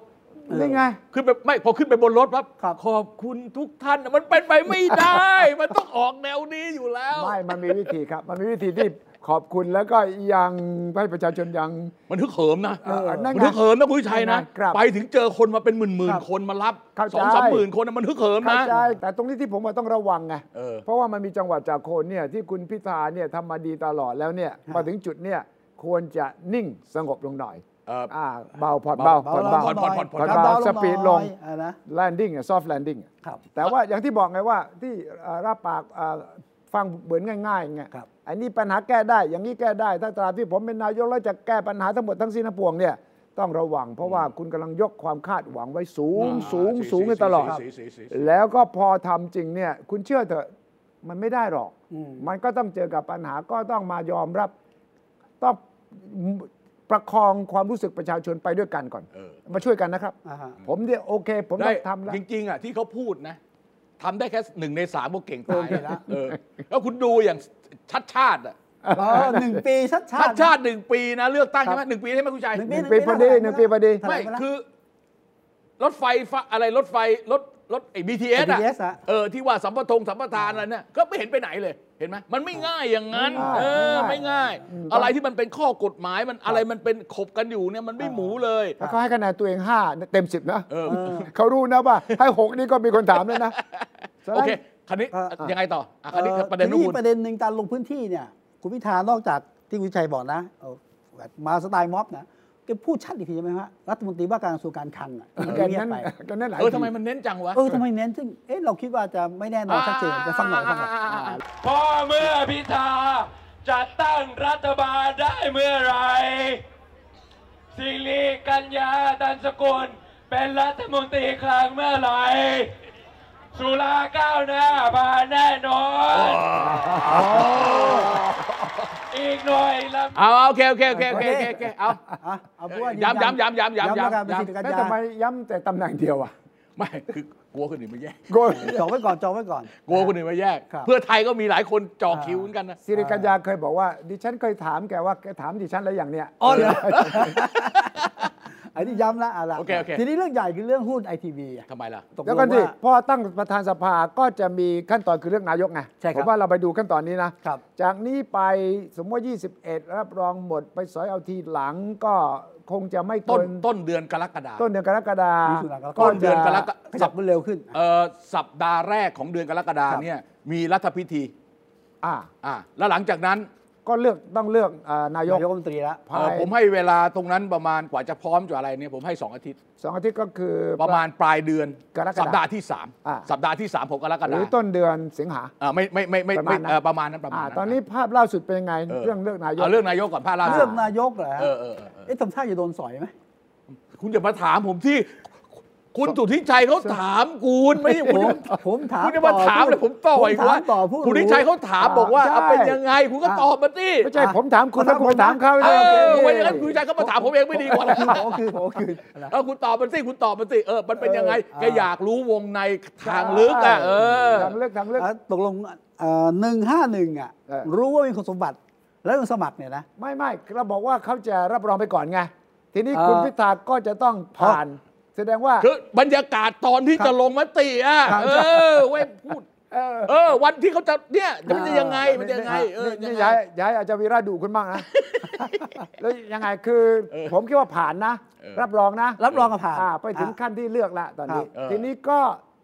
นี่ไง ขึ้นไปไม่พอขึ้นไปบนรถปั๊บ ครับ ขอบคุณทุกท่านมันเป็นไปไม่ได้ มันต้องออกแนวนี้อยู่แล้ว ไม่ มันมีวิธีครับ มันมีวิธีที่ขอบคุณแล้วก็ยังให้ประชาชนยัง มันฮึกเหิมนะ เออนั่ มัน น ไง ฮึกเหิมนะคุณชัยนะครับ ไปถึงเจอคนมาเป็นหมื่นหมื่ คคน รับนมารับ เข้าใจ สองสามหมื่นคนนะมันฮึกเหิม เข้า นะ ใจแต่ตรงนี้ที่ผมว่าต้องระวังไง เออ เพราะว่ามันมีจังหวัดจากโคนเนี่ยที่คุณพิธาเนี่ยทำมาดีตลอดแล้วเนี่ยมาถึงจุดเนี่ยควรจะนิ่งสงบลงหน่อย เอ่อ อ่าเบาผ่อนเบาผ่อนเบา ผ่อนเบา ผ่อน เบา เบา สปีดลง อ่านะ แลนดิ้งซอฟต์แลนดิ้ง ครับ แต่ว่าอย่างที่บอกไงว่าที่เอ่อรับปากเอ่อฟังเหมือนง่ายๆไง ครับ อันนี้ปัญหาแก้ได้อย่างนี้แก้ได้ ถ้าตราบที่ผมเป็นนายกแล้วจะแก้ปัญหาทั้งหมดทั้งสิ้นทั้งปวงเนี่ยต้องระวัง เพราะว่าคุณกำลังยกความคาดหวังไว้สูง อ่า สูง สี สูง สี กันตลอด สีสีสีสี แล้วก็พอทำจริงเนี่ยคุณเชื่อเถอะมันไม่ได้หรอก อืม มันก็ต้องเจอกับปัญหาก็ต้องมายอมรับ ต้องประคองความรู้สึกประชาชนไปด้วยกันก่อน เออ มาช่วยกันนะครับ อ่าฮะ ผมเนี่ยโอเค ผม ได้ ได้ทำแล้ว จริงๆอ่ะที่เขาพูดนะทำได้แค่หนึ่งในสามก็เก่งตาย เก่งละ เออแล้วคุณดูอย่างชัดชาติอ่ะ อ๋อหนึ่งปีชัดชา ชัด ติ ชาติหนึ่งปีนะเลือกตั้ง ครัใช่บไหมหนึ่งปีใช่ไหมคุณชัย หนึ่ง หนึ่งปีพอดีหนึ่งปีพอดี เท่าไหร่ ไม่ ไปละ คือ รถไฟฟ้าอะไรรถไฟรถรถไอ้ BTS อ่ะ BTS อะ เออที่ว่าสัมปทงสัมปทานอะไรเนี่ยก็ไม่เห็นไปไหนเลยเห็นไหมมันไม่ง่ายอย่างนั้น ไม่ง่าย เออ ไม่ ไม่ ง่า ง่าย ย อืม อะไรที่มันเป็นข้อกฎหมายมันอะไรมันเป็นขบกันอยู่เนี่ยมันไม่หมูเลย แล้วเขาให้คะแนนตัวเอง 5 เต็ม 10 นะ เออ เขารู้นะว่าให้ 6 นี่ก็มีคนถามแล้วนะฉะนั้น โอเคคันนี้ อ่ะอ่ะ ยังไงต่ออ่ะคันนี้ อ่อ ประเด็น ที ของคุณ ประเด็นหนึ่งการลงพื้นที่เนี่ย คุณพิธานอกจากที่คุณชัยบอกนะเอ่อแบบมาสไตล์ม็อบนะแกพูดชัดอีกทีไหมฮะรัฐมนตรีว่าการกระทรวงการคลังอ่ะ แก เงียบ นั้น ไป แกนั้นหลาย เออทำไม ที มันเน้นจังวะ เออทำไมเน้นซึ่งเอ๊ะเราคิดว่าจะไม่แน่นอนชัดเจนไปฟังหน่อยฟังหน่อยอ่า พอเมื่อพิธาจะตั้งรัฐบาลได้เมื่อไหรสิริกัญญาตันสกุล เป็นรัฐมนตรีคลังเมื่อไหรสุราก้าวหน้ามาแน่นอน อีกหน่อยลำ เอาเอาโอเคโอเคโอเคโอเคโอเคโอเคเอา อ่ะเอาเป็นว่า ย้ำย้ำย้ำย้ำย้ำ ย้ำแล้วกัน ย้ำ เป็นสิทธิ์การ แล้ว ยา ทำไมย้ำแต่ตำแหน่งเดียวอ่ะ ไม่คือกลัวคนอื่นมาแย่ง โกย จองไว้ก่อนจองไว้ก่อน กลัวคนอื่นมาแย่ง ครับ เพื่อไทยก็มีหลายคนจ่อคิวเหมือนกันนะ สิริกัญญาเคยบอกว่า ดิฉันเคยถามแกว่าแกถามดิฉันอะไรอย่างเนี้ย อ๋อเหรออันนี้ย้ำละเอ่ะละ โอเคโอเค ทีนี้เรื่องใหญ่คือเรื่องหุ้นไอทีวี ทำไมล่ะ ตกล แล้ว ง กันสิ ว่า พอตั้งประธานสภาก็จะมีขั้นตอนคือเรื่องนายกไง ใช่ครับ ผมว่าเราไปดูขั้นตอนนี้นะครับ จากนี้ไปสมมติว่า21 รับรองหมดไปสอยเอาทีหลังก็คงจะไม่เกิ ต้นต้นเดือนกรกฎาค ต้ ม นเดือนกรกฎา มิถุนายน ต้นเดือนกรกฎา ขยับมันเร็วขึ้น เอ่อสัปดาห์แรกของเดือนกรกฎา ครับ เนี่ยมีรัฐพิธี อ่า อ่าแล้วหลังจากนั้น ก็เลือกต้องเลือกเอ่อนายก นายกรัฐมนตรีละ เอ่อผมให้เวลาตรงนั้นประมาณกว่าจะพร้อมจะอะไรเนี่ยผมให้ 2 อาทิตย์ สองอาทิตย์ก็คือ ประมาณปลายเดือน กรกฎา สัปดาห์ที่ อ่า 3 สัปดาห์ที่ 3 ของกรก ห ฎา รือ คม ต้นเดือนสิงหา อ่าไม่ไม่ไม่ไม่ ประมา ไม่ ณนั้น เอ่อประมาณนั้นประมาณ อ่า นั้น ตอนนี้ภาพล่าสุดเป็นยังไง เรื่องเลือกนายก เอาเรื่องนายกก่อนพาดล่าสุ เรื่อ ด งนายกเหรอฮะ เออเออเออเออ เอ๊ะทำท่าจะโดนสอยไหม คุณอย่ามาถามผมที่ คุณสุทธิชัยเขาถามคุณไม่ใช่คุณ ผมผมถาม คุณจะมาถามเลยผมต่อ ผม อีก ถาม ว่า ต่อผู้รู้ คุณสุทธิชัยเขาถามบอกว่า ใช่ เอาเป็นยังไง คุณก็ อ่ะ ตอบมาสิ ไม่ใช่ อ่ะ ผมถามคุณแล้วคุ ผม ณ ถา ถาม มเขา เอ โอเค อไม่อย่างนั้นคุณสุทธิชัยก็มาถามผมเองไม่ดีกว่าเหรอ ขอคือขอคือ เออคุณตอบมันสิคุณตอบมันสิเออมันเป็นยังไง เออ แกอยากรู้วงในทางลึกอ่ะเออ ทางเลือกทางเลือก อ่ะตกลงหนึ่งห้าหนึ่งอ่ะ เออ รู้ว่ามีคุณสมบัติแล้วลงสมัครเนี่ยนะ ไม่ไม่เราบอกว่าเขาจะรับรองไปก่อนไง ทีนี้ เอ่อ คุณพิธาก็จะต้องผ่าน แสดงว่า คือบรรยากาศตอนที่จะลงมติอ่ะ ครับ เออเว้ยพูด เออ เออ วันที่เขาจะเนี่ยมันจะยังไงมันจะยังไงเออยันี่ง นี่ ไง ย้ายย้ายอาจารย์วีระดูคุณบ้างนะ แล้วยังไงคือ ผมคิดว่าผ่านนะ เออ รับรองนะ รับรองกับผ่าน อ่ไปถึงขั้นที่เลือกละตอนนี้ ครับ เออ ทีนี้ก็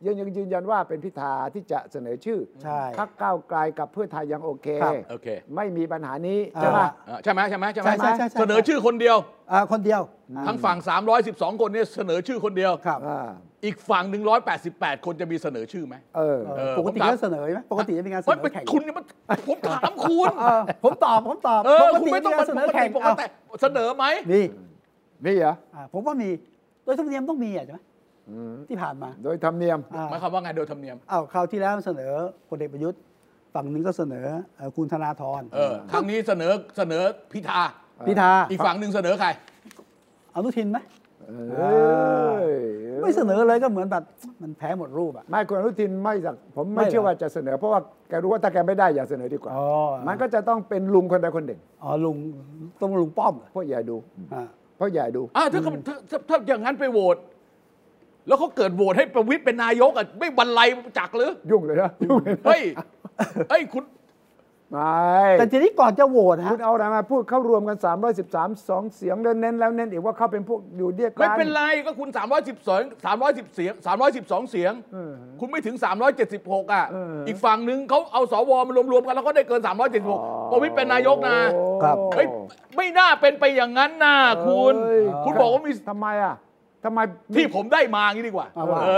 ยังยังยืนยันว่าเป็นพิธาที่จะเสนอชื่อ ใช่ พรรคก้าวไกลกับเพื่อไทยยังโอเค ครับ โอเค ไม่มีปัญหานี้ เออ ใช่ไหม เออใช่ไหมใช่ไหมใช่ไหม ใช่ใช่ใช่ใช่ เสนอชื่อคนเดียว อ่ะคนเดียว ทั้งฝั่ง 312 คนเนี่ยเสนอชื่อคนเดียว ครับ อีกฝั่ง 188 คนจะมีเสนอชื่อไหม เออ เออ เออ ปกติ ผมถาม ก็เสนอไหมปกติจะเป็นการเสน ไม่ อ เป็น แข่ง คุณเนี่ยมันผมถามคุณ เออผมตอบผมตอบ เออ คุณไม่ต้องมา เส ป นอกติ แข่ง ปกติเสนอไหม มี นี่เหรอ อ่ะผมว่ามี โดยธรรมเนียมต้องมีอ่ะใช่ไหม อืม ที่ผ่านมา โดยธรรมเนียม อ่ะ หมายความว่าไงโดยธรรมเนียม อ้าวคราวที่แล้วเสนอพลเอกประยุทธ์ ฝั่งหนึงก็เสนอเอ่อคุณธนาธร เออ ครั้งนี้เสนอเสนอพิธา พิธา อีกฝั่งหนึ่งเสนอใคร อนุทินไหม เอ้ย ไม่เสนอเลยก็เหมือนแบบมันแพ้หมดรูปอ่ะ ไม่คุณอนุทินไม่จากผม ไม่ ไม่ เหรอ เชื่อว่าจะเสนอ เพราะว่าแกรู้ว่าถ้าแกไม่ได้อย่าเสนอดีกว่า มันก็จะต้องเป็นลุงคนใดคนหนึ่ง อ๋อลุงต้องลุงป้อมเหรอ พ่อใหญ่ดู อ่า พ่อใหญ่ดู อ้าวถ้าเขาถ้าถ้าถ้าอย่างนั้นไปโหวต แล้วเขาเกิดโหวตให้ประวิตยเป็นนายกอ่ะไม่บรรลัยจักหรือ ยุ่งเลยนะยุ่งเลยนะ เฮ้ยเฮ้ยคุณ ไง แต่ทีนี้ก่อนจะโหวตนะ คุ ฮะ ณเอาอะไรมาพูดเข้ารวมกัน 313 2 เสียงเน้นๆแล้วเน้นอีกว่าเขาเป็นพวกอยู่เดียกกั ไม่เป็นไรก็คุณ 312 310เสียง312 เสียง เออ คุณไม่ถึง 376 อ่ะ เอออี อีกฝั่งหนึ่งเขาเอาสวมารวมๆกันแล้วก็ได้เกิน 376ประวิตรเป็นนายกนะ ครับ เฮ้ยไม่น่าเป็นไปอย่างนั้นนะคุณ เอ้ย คุณบอกว่ามี ทำไมอ่ะทำไม ที่ผมได้มางี้ดีกว่า เอาว่า เอ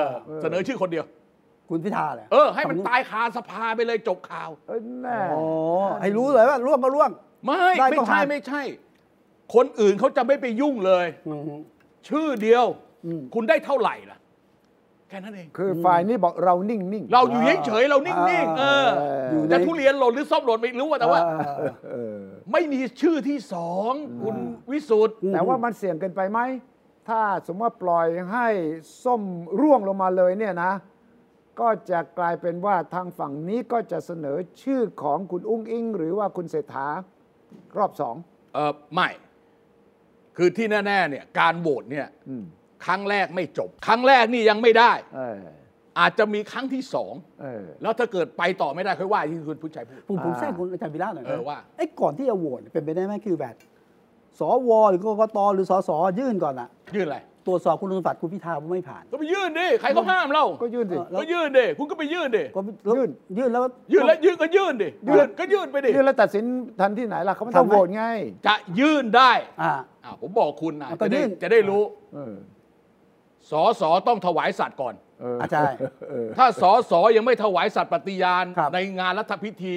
อ เสนอชื่อคนเดียว คุณพิธาเลย เออ ให้มันตายคาสภาไปเลยจบข่าว เอ้ยแน่ โอ้ให้รู้เลยว่าร่วงก็ร่วง ไม่ ได้ ไม่ ก็ ใช่ ผ่าน ไม่ใช่ คนอื่นเขาจะไม่ไปยุ่งเลย อืม ชื่อเดียว อืม คุณได้เท่าไหร่ล่ะ แค่นั้นเอง คือฝ่ายนี้บอกเรานิ่งๆ เราอยู่เฉยๆเรานิ่งๆเออ อยู่ใน จะทุเรียนหล่นหรือส้มหล่นไม่รู้อะแต่ว่า เออเออ เออ ไม่มีชื่อที่สองคุณวิสุทธ์ แต่ว่ามันเสี่ยงเกินไปไหม ถ้าสมมติว่าปล่อยให้ส้มร่วงลงมาเลยเนี่ยนะ ก็จะกลายเป็นว่าทางฝั่งนี้ก็จะเสนอชื่อของคุณอุ้งอิง หรือว่าคุณเศรษฐารอบสอง เออไม่ คือที่แน่ๆเนี่ย การโหวตเนี่ย อืม ครั้งแรกไม่จบ ครั้งแรกนี่ยังไม่ได้ เออ อาจจะมีครั้งที่สอง เออ แล้วถ้าเกิดไปต่อไม่ได้ค่อยว่าที่คุณผู้ชายพูด ผมผม อ่า แทรกคุณอาจารย์วิระหน่อยนะ เออว่า ไอ้ก่อนที่จะโหวตเป็นไปได้ไหมคือแบบสวหรือกกตหรือสสยื่นก่อนอะ ยื่นอะไร ตรวจสอบคุณสมบัติคุณพิธาไม่ผ่าน ก็ไปยื่นดิใครเขาห้ามเรา ก็ยื่นสิ แล้ว ก็ยื่นดิคุณก็ไปยื่นดิ ก็แล้ว ยื่น ยื่นแล้ว ยื่นแล้วยื่นก็ยื่นดิ ยื่น ก็ยื่นไปดิ ยื่นแล้วตัดสินทันที่ไหนล่ะเขาไม่ต้อทำงไหม โหวตไง จะยื่นได้ อ่า อ่าผมบอกคุณนะ อ่ะก็ จะได้ ยื่น จะได้รู้ เออ สอสอต้องถวายสัตว์ก่อน เออ อ่ะใช่ เออ ถ้าสอสอยังไม่ถวายสัตว์ปฏิญาณ ครับ ในงานรัฐพิธี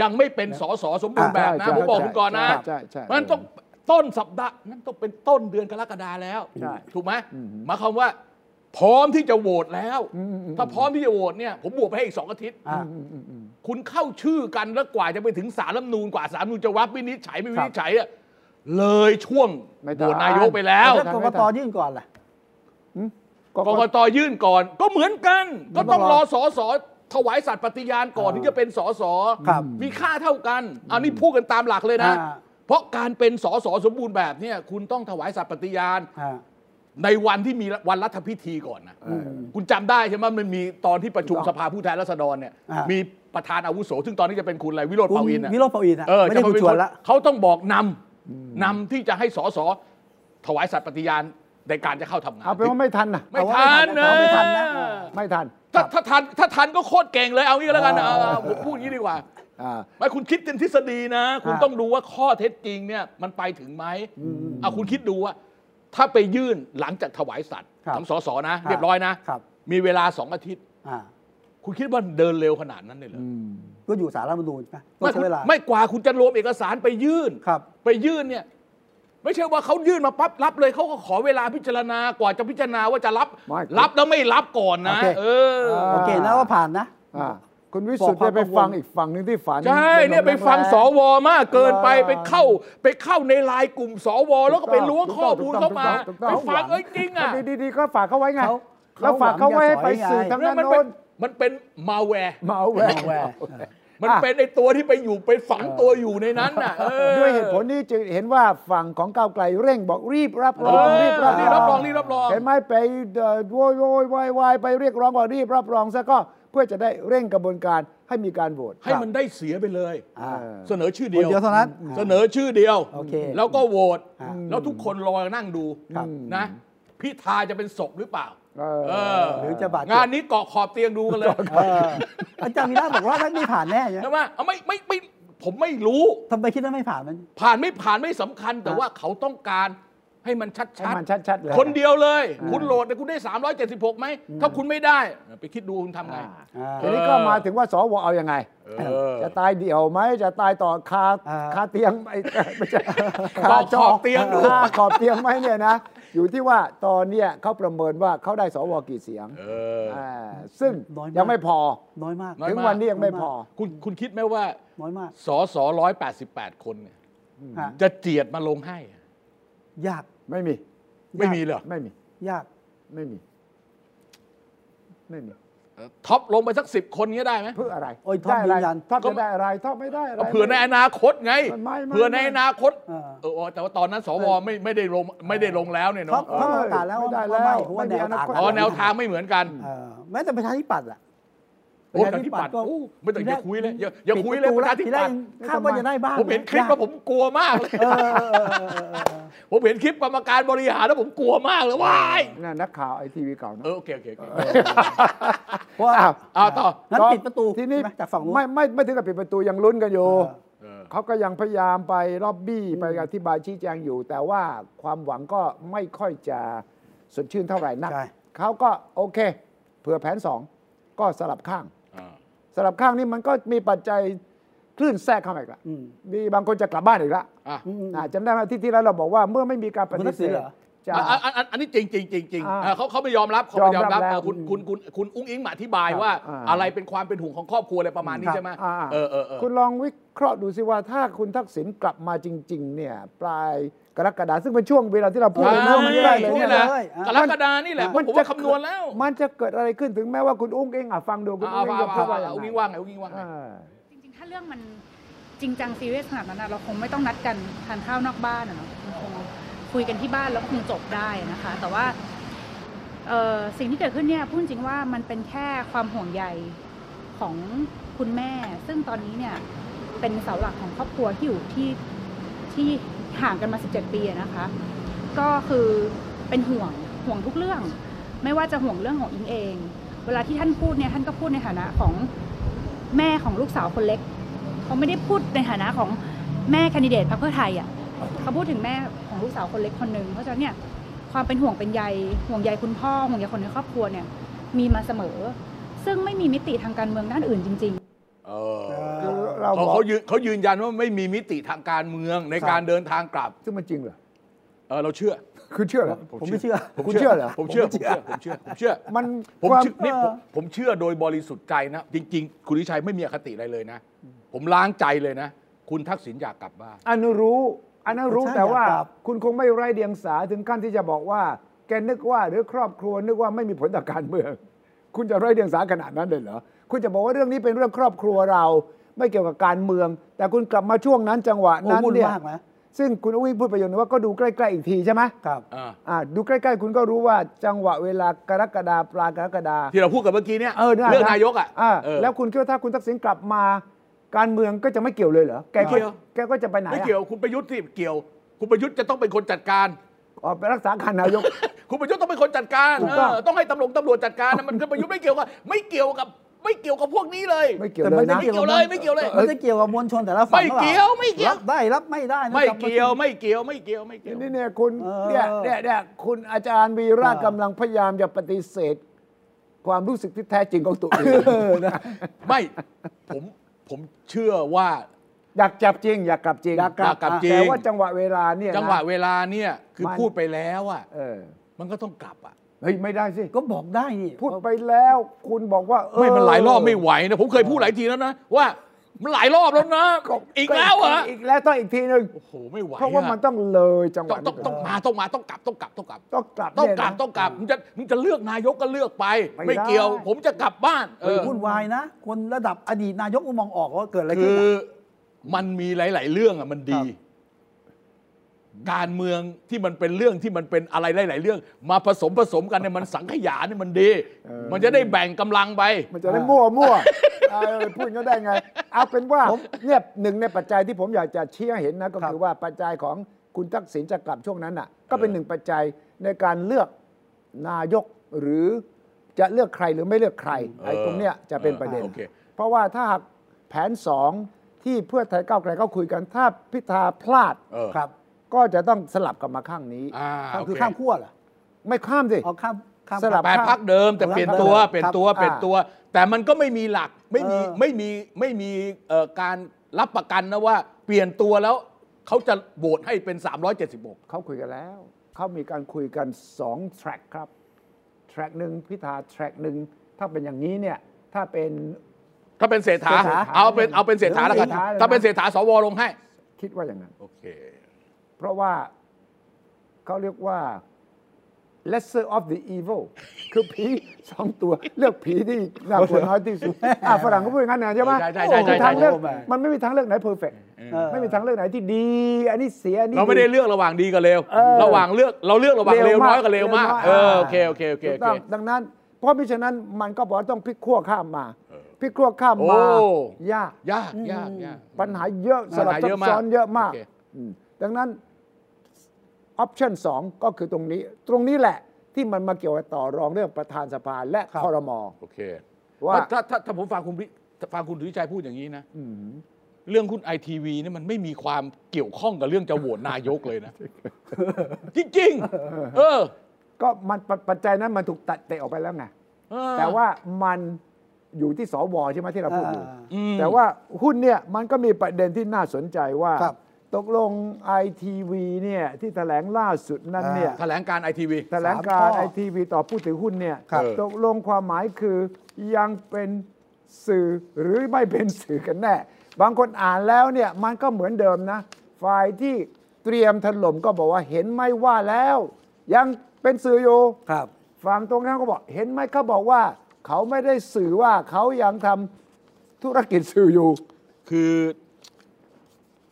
ยังไม่เป็นสอสอสมบูรณ์ อ่ะ แบบนะ ใช่ ผมบอก ใช่ คุณก่อนนะ ใช่ใช่ใช่ มันต้องต้นสัปดาห์นั้นต้องเป็นต้นเดือนกรกฎาแล้ว ใช่ ถูกไหม อืม หมายความว่า พร้อมที่จะโหวตแล้ว อืมอืมอืม ถ้าพร้อมที่จะโหวตเนี่ยผมบวกไปให้อีกสองอาทิตย์ อ่ะ อืมอืมอืม คุณเข้าชื่อกันแล้วกว่าจะไปถึงสารรัฐธรรมนูนกว่าสารรัฐธรรมนูนจะรับวินิจฉัยไม่วินิจฉัยอะเลยช่วง ไม่ทั โหวน ตนายกไปแล้ว แล้วกกตยื่นก่อนล่ะ ก ก ก ก ต ตยื่นก่อน ก็เหมือนกัน ก็ต้อง กกต รอสอสอถวายสัตย์ปฏิญาณก่อน อ่า ถึงจะเป็นสอสอ ครับ มีค่าเท่ากันอันนี้พูดกันตามหลักเลยนะ อ่า เพราะการเป็นสอสอสมบูรณ์แบบเนี่ยคุณต้องถวายสัตย์ปฏิญาณ อ่า ในวันที่มีวันรัฐพิธีก่อนนะคุณจำได้ใช่ไหมมันมีตอนที่ประชุมสภาผู้แทนราษฎรเนี่ย อ่ามี มีประธานอาวุโส ซึ่งตอนนี้จะเป็นคุณอะไรวิโรจน์ คุณ เปาอินอะ วิโรจน์เปาอินอะ เออ ไม่ได้ จะา คุณ เป็ ชวนละ เขาต้องบอกนำนำที่จะให้สสถวายสัตย์ปฏิญาณในการจะเข้าทำงาน เอาเป็นว่าไม่ทันนะ ไม่ เอาว่า ทันนะ ไม่ทันนะ ไม่ทัน ถ้าถ้าทันถ้าทันก็โคตรเก่งเลยเอางี้แล้วกันเอาเอาผมพูดอย่างนี้ดีกว่า อ่า ไม่คุณคิดเป็นทฤษฎีนะ คุณ อ่า ต้องดูว่าข้อเท็จจริงเนี่ยมันไปถึงไหมเอาคุณคิดดูว่า ถ้าไปยื่นหลังจากถวายสัตย์ ครับ ทั้งสสนะ ครับ เรียบร้อยนะ ครับ มีเวลาสองอาทิตย์ อ่า คุณคิดว่าเดินเร็วขนาดนั้นเลยเหรอ ก็อยู่สารรัฐธรรมนูญนะต้อง ไม่ ใช้ คุณ เวลา ไม่กว่าคุณจะรวมเอกสารไปยื่น ครับ ไปยื่นเนี่ยไม่ใช่ว่าเขายื่นมาปั๊บรับเลยเขาก็ขอเวลาพิจารณากว่าจะพิจารณาว่าจะรับ ไม่ครับ รับแล้วไม่รับก่อนนะ โอเค เออ า โอเคนะว่าผ่านนะ อ่าคุณวิสุทธิ์ได้ไปฟังอีกฝั่งหนึ่งที่ฝัน ใช่เนี่ยไปฟังสวมากเกินไปไปเข้า ไปเข้าในไลายกลุ่มสวแล้วก็ไปล้วงข้อมูลเข้ามา ถูก ไป ต้อง ฟังเอ้ยจริงอ่ะ ดีๆก็ฝากเขาไว้ไง เขา แล้วฝากเขาไว้ให้ไปสื่อ เขาหวังจะสอยไง ทาง เนี่ยมัด้านนเป็ โน้ น น มันเป็นมาแวร์ เมาแหวก แหวก มันเป็นไอตัวที่ไปอยู่ไปฝังตัวอยู่ในนั้นน่ะออ ด้วยเหตุผลนี้จึงเห็นว่าฝั่งของก้าวไกลเร่งบอกรีบรับร เอ อ อง รี รี บบ รับร รั อบ รอง ง รีบรับรอง เห็นไหมไปเอ่อโวยโวยวายวายไปเรียกร้องว่ารีบรับรองซะก็เพื่อจะได้เร่งกระบวนการให้มีการโหวต ให้มันได้เสียไปเลย อ่า เสนอชื่อ คนเดียวเท่านั้น เสนอชื่อเดียว โอเค แล้วก็โหวต อ่า แล้วทุกคนรอนั่งดู ครับ นะ พิธาจะเป็นศพหรือเปล่า เออ เ หรือจะบาดเจ็บ งานนี้เกาะขอบเตียงดูกันเลย เอออาจารย์วิระบอกว่าไม่ผ่านแน่ใช่ไหม ใช่ไหมเอาไม่ไม่ไม่ผมไม่รู้ ทำไมคิดว่าไม่ผ่านมัน ผ่านไม่ผ่านไม่สำคัญ แต่ว่าเขาต้องการให้มันชัด ให้มันชัดๆเลย ๆคนเดียวเลย คุณโหลดแต่คุณได้ 376ไหมถ้าคุณไม่ได้ ไปคิดดูคุณทำไง อ่า ทีนี้ก็มาถึงว่าสวเอายังไง เออ จะตายเดี่ยวไหมจะตายต่อคา อ่า คาเตียงไหม ไม่ใช่ ขอบขอบเตียงดู คาขอบเตียงไหมเนี่ยนะ อยู่ที่ว่าตอนเนี้ยเขาประเมินว่าเขาได้สวกี่เสียง เออ าซึ่ง น้อยมาก ยังไม่พอ น้อยมาก น้อย ถึงวันนี้ยังไม่พอ คุณคุณคิดไหมว่า น้อยมาก สอสอร้อยแปดสิบแปดคนเนี่ย ฮะ จะเจียดมาลงให้อะ ยาก ไม่มี ไม่มีเหรอ ไม่มี ยาก ไม่มี ไม่มี ท็อปลงไปสักสิบคนเงี้ยได้ไหม เพื่ออะไร โอ้ยทอด ได้ ยื อะไร นยัน ทอดไม่ได้อะไรทอดไม่ได้อะไร เอาเผื่อในอนาคตไง ไม่ไม่ เผื่อในอนาคต เออ เออแต่ว่าตอนนั้นสวไม่ไม่ได้ลงไม่ได้ลงแล้วเนี่ย เพราะเพเนาะราะประกาศแล้ว ไม่ ว่า ได้ ว่าไม่ แล้ว เพราะว่าแนวทางอ๋อไม่มีอนาคตแนวทางไม่เหมือนกัน เออแม้แต่ประชาธิปัตย์อะ โอ้ประชาธิปัตย์โอ้ไม่ต้องอย่าคุยเลยอย่าอย่าคุยเลย ปิด ป ประ ระ ชา ชา ธิ ธิ ปั ปั ต ต ย์ ย์คาดว่าจะได้บ้าง ผมเห็นคลิปแล้วผมกลัวมากเลย เออเออเออเออเออ ผมเห็นคลิปกรรมการบริหารแล้วผมกลัวมากเลยว้าย นั่นนักข่าวไอทีวีเก่านะ เออโอเคโอเคโอเค เพราะว่า อ้าว เอาต่อ งั้น ก็ ปิดประตู ทีนี้ ใช่ไหมจากฝั่งนู้น ไม่ไม่ไม่ถึงกับปิดประตูยังลุ้นกันอยู่ เออ เขาก็ยังพยายามไปล็อบบี้ไปอธิบายชี้แจงอยู่ แต่ว่าความหวังก็ไม่ค่อยจะสดชื่นเท่าไหร่นัก ใช่ เขาก็โอเค เผื่อแผนสองก็สลับข้าง อ่า สลับข้างนี่มันก็มีปัจจัยคลื่นแทรกเข้ามาอีกละ อืม มีบางคนจะกลับบ้านอีกละ อ่ะ อืมอืม อ่าจำได้ไหมอาที่ที่แล้วเราบอกว่าเมื่อไม่มีการป คุณทั ฏิ ก เส ษิณ ธ เหรอ จะ อ่ะอันอันอันนี้จริงจริงจริงจริง อ่า อ่าเขาเขาไม่ยอมรับเขาไม่ยอมรับ ยอมรับแล้ว อ่าคุณคุณคุณคุณอุ้งอิงมาอธิบาย ครับ ว่า อ่า อะไรเป็นความเป็นห่วงของครอบครัวอะไรประมาณนี้ ครับ ใช่ไหม อ่า เออเออเออ คุณลองวิเคราะห์ดูสิว่าถ้าคุณทักษิณกลับมาจริง ๆ เนี่ย ปลายกรกฎาคมซึ่งเป็นช่วงเวลาที่เราพูด ใช่ ถึงเรื่องมันได้เลย นี่ เนี่ย แหละ เลยอ่ะ กรกฎานี่แหละผมว่าคำนวณแล้ว มันจะเกิดอะไรขึ้นถึงแม้ว่าคุณอุ้งเองอ่ะฟังดูคุณ เอา อุ้งเอาเองจะพู เอา ดว่าอ เอา ย่าง อุ้ง ไร อิงว่าไงอุ้งอิงว่าไง อ่า จริงๆ ถ้าเรื่องมันจริงจังซีเรียสขนาดนั้นนะเราคงไม่ต้องนัดกันทานข้าวนอกบ้านอะเนาะมันคงคุยกันที่บ้านแล้วก็คงจบได้นะคะ แต่ว่าเอ่อสิ่งที่เกิดขึ้นเนี่ยพูดจริงว่ามันเป็นแค่ความห่วงใยของคุณแม่ ซึ่งตอนนี้เนี่ยเป็นเสาหลักของครอบครัวที่อยู่ที่ที่ห่างกันมา 17 ปีอะนะคะ ก็คือเป็นห่วงห่วงทุกเรื่อง ไม่ว่าจะห่วงเรื่องของอิงเอง เวลาที่ท่านพูดเนี่ยท่านก็พูดในฐานะของแม่ของลูกสาวคนเล็ก เขาไม่ได้พูดในฐานะของแม่แคนดิเดตพรรคเพื่อไทยอ่ะเขาพูดถึงแม่ของลูกสาวคนเล็กคนหนึ่งเพราะฉะนั้นเนี่ยความเป็นห่วงเป็นใยห่วงใยคุณพ่อห่วงใยคนในครอบครัวเนี่ยมีมาเสมอ ซึ่งไม่มีมิติทางการเมืองด้านอื่นจริง ๆ เออ คือเรา เขา บอก เขายืนเขายืนยันว่าไม่มีมิติทางการเมืองในการเดินทางกลับ ซึ่งมันจริงเหรอ เออเราเชื่อ คือเชื่อเหรอ ผมไม่เชื่อ ผม คุณเชื่อเหรอ ผมเชื่อผมเชื่อผมเชื่อผมเชื่อ มัน ผม ความ เชื่อนี่ผมผมเชื่อโดยบริสุทธิ์ใจนะ จริง ๆ คุณวิชัยไม่มีอคติอะไรเลยนะ ผมล้างใจเลยนะ คุณทักษิณอยากกลับบ้าน อันรู้อันรู้ ใช่ แต่ว่า อยากกลับ คุณคงไม่ไร้เดียงสาถึงขั้นที่จะบอกว่า แกนึกว่าหรือครอบครัวนึกว่าไม่มีผลต่อการเมือง คุณจะไร้เดียงสาขนาดนั้นเลยเหรอคุณจะบอกว่าเรื่องนี้เป็นเรื่องครอบครัวเรา ไม่เกี่ยวกับการเมือง แต่คุณกลับมาช่วงนั้นจังหวะ โอ้ นั้น วุ่น เนี่ย มากนะ ซึ่งคุณอุ้ยพูดประโยชน์ว่าก็ดูใกล้ๆอีกทีใช่ไหม ครับ อ่า อ่าดูใกล้ๆ คุณก็รู้ว่าจังหวะเวลากรกฎาปลายกรกฎา ที่เราพูดกันเมื่อกี้เนี่ย เออได้ องนายกอ่ะ า เออ แล้วคุณคิดว่าถ้าคุณทักษิณกลับมา การเมืองก็จะไม่เกี่ยวเลยเหรอแก ไม่ ก็ เกี่ยว แกก็จะไปไหนอะ ไม่เกี่ยวคุณประยุทธ์สิเกี่ยว คุณประยุทธ์จะต้องเป็นคนจัดการ อ๋อไปรักษาการนายก คุณประยุทธ์ต้องเป็นคนจัดการ ถูกต้อง เออต้องให้ตำรวจตำรวจจัดการนะมันคุณประยุทธ์ไม่เกี่ยวกับไม่เกี่ยวกับไม่เกี่ยวกับพวกนี้เลย ไม่เกี่ยว แต่ เล มั ย นไม่ นะ เกี่ยว ไม่เกี่ยวเลยไม่เกี่ยวเลย มันจะเกี่ยวกับมวลชนแต่ละฝั่ง ไม่ หรือปล่า เกี่ยวไม่เกี่ยว รับได้รับไม่ได้นะ ไม่ ครับ เกี่ยวไม่เกี่ยวไม่เกี่ยวไม่เกี่ยว นี่เนี่ยคุณ เออ เนี่ยเนี่ยเนี่ยคุณอาจารย์วีระ อ่าก กำลังพยายามจะปฏิเสธ ความรู้สึกที่แท้จริงของตัวเอง ไม่ผมผมเชื่อว่า อยากจับจริง อยากกลับจริง อยากกลับ อยากกลับจริง แต่ว่าจังหวะเวลาเนี่ยน จังหวะเวลาเนี่ยคือ มัน พูดไปแล้วอ่ะ เออ มันก็ต้องกลับอ่ะ เฮ้ยไม่ได้สิ ก็บอกได้นี่ พูดไปแล้วคุณบอกว่าเออ ไม่มันหลายรอบไม่ไหวนะผมเคยพูดหลายทีแล้วนะว่ามันหลายรอบแล้วนะ ก็ อีกแล้วเหรอ่ะ อีกแล้วต้องอีกทีหนึ่ง โอ้โหไม่ไหว เพราะว่ามันต้องเลยจังห ต้อ วะ งต้องต้องมาต้องมาต้องกลับต้องกลับต้องกลับ ต้องกลับ ต้อง เนี่ย กลับ นะ ต้องกลับมึงจะมึงจะเลือกนายกก็เลือกไป ไม่ ไม่เกี่ยว ได้ ผมจะกลับบ้านเออ วุ่นวายนะ คนระดับอดีตนายกก็มองออกว่าเกิดอะไร คื ขึ้น อ อะ มันมีหลาย ๆ เรื่องอ่ะมันดี ครับ การเมืองที่มันเป็นเรื่องที่มันเป็นอะไรหลาย ๆ เรื่อง มาผสมผสมกันเนี่ยมันสังขยาเนี่ยมันดี เออ มันจะได้แบ่งกำลังไป มันจะได้มั่วมั่วเออพูดก็ได้ไง เอาเป็นว่า ผม เนี่ยหนึ่งในปัจจัยที่ผมอยากจะชี้ให้เห็นนะก็ ครับ คือว่าปัจจัยของคุณทักษิณจะกลับช่วงนั้นน่ะ ก็เป็นหนึ่งปัจจัยในการเลือกนายกหรือจะเลือกใครหรือไม่เลือกใครไอ้ตรงเนี้ยจะเป็นประเด็น เออโอเค เพราะว่าถ้าหากแผนสองที่เพื่อไทยก้าวไกลเขาคุยกันถ้าพิธาพลาด เออ ครับ ก็จะต้องสลับกลับมาข้างนี้ อ่า ก็คือ โเ ข้ามขั้วเหรอ ไม่ข้ามสิ เอาข้ามข้าม สลับ แปดพักเดิมแต่ ครับ เปลี่ยนตัว ครับ เปลี่ยนตัว ครับ เปลี่ยนตัว แต่มันก็ไม่มีหลักไม่มี เออ ไม่มีไม่มีเอ่อการรับประกันนะว่า เปลี่ยนตัวแล้วเขาจะโหวตให้เป็น 376 เขาคุยกันแล้ว เขามีการคุยกัน2แทร็กครับ แทร็กหนึ่งพิธาแทร็กหนึ่งถ้าเป็นอย่างนี้เนี่ย ถ้าเป็น ถ้าเป็นเศรษฐา เศรษฐา เอาเป็นเอาเป็นเศรษฐาแล้วกัน เศรษฐาเลยนะ ถ้าเป็นเศรษฐาสวลงให้ คิดว่าอย่างนั้น โอเค เพราะว่าเขาเรียกว่า lesser of the evil คือผีสองตัว เลือกผีที่น่ากลัวน้อยที่สุดอ่ะฝรั่งก็พูดอย่างนั้นนะใช่ไหม ใช่ใช่ใช่ใช่ คือทางเลือก ใช่ มันไม่มีทางเลือกไหนเพอร์เฟก เออ ไม่มีทางเลือกไหนที่ดี อันนี้เสียอันนี้ เราไม่ได้เลือกระหว่างดีกับเลว เออ ระหว่างเลือกเราเลือกระหว่างเลวน้อยกับเลวมาก น้ย เออโอเคโอเคโอเค ถู โอก เค ต้องดังนั้น เพราะมิฉะนั้นมันก็บอกว่าต้องพลิกขั้วข้ามมา เออ พลิกครัวข้าม โอ้ มายาก ยากยากยาก ปัญหาเยอะส ปัญหาลับซั เยอะบมาก ซ้อนเยอะมาก โอเค อืมดังนั้นออปชันสองก็คือตรงนี้ ตรงนี้แหละที่มันมาเกี่ยวกับต่อรองเรื่องประธานสภาและ ครับ คอรมอ โอเค ว่า ถ้าถ้าถ้าผมฟังคุณวิฟังคุณธุวิชัยพูดอย่างนี้นะ อืม เรื่องคุณไอทีวีนี่ยมันไม่มีความเกี่ยวข้องกับเรื่องจะโหวตนายกเลย นะ จริงๆ เออ ก็มันปปัจจัยนั้นมันถูกตัดเตะออกไปแล้วไง เออ แต่ว่ามันอยู่ที่สวใช่ไหมที่เราพูดอยู่ อ่า อืม แต่ว่าหุ้นเนี่ยมันก็มีประเด็นที่น่าสนใจว่า ครับ ตกลงไอทีวีเนี่ยที่แถลงล่าสุดนั้นเนี่ย แถลงการไอทีวี แถลงการ สามข้ ไอ อ ทีวีต่อผู้ถือหุ้นเนี่ย ครับ ตกลงความหมายคือยังเป็นสื่อหรือไม่เป็นสื่อกันแน่ บางคนอ่านแล้วเนี่ยมันก็เหมือนเดิมนะ ฝ่ายที่เตรียมถล่มก็บอกว่าเห็นไหมว่าแล้ว ยังเป็นสื่ออยู่ ครับ ฝั่งตรงข้ามก็บอกเห็นไหมเขาบอกว่า เขาไม่ได้สื่อว่าเขายังทำธุรกิจสื่ออยู่ คือ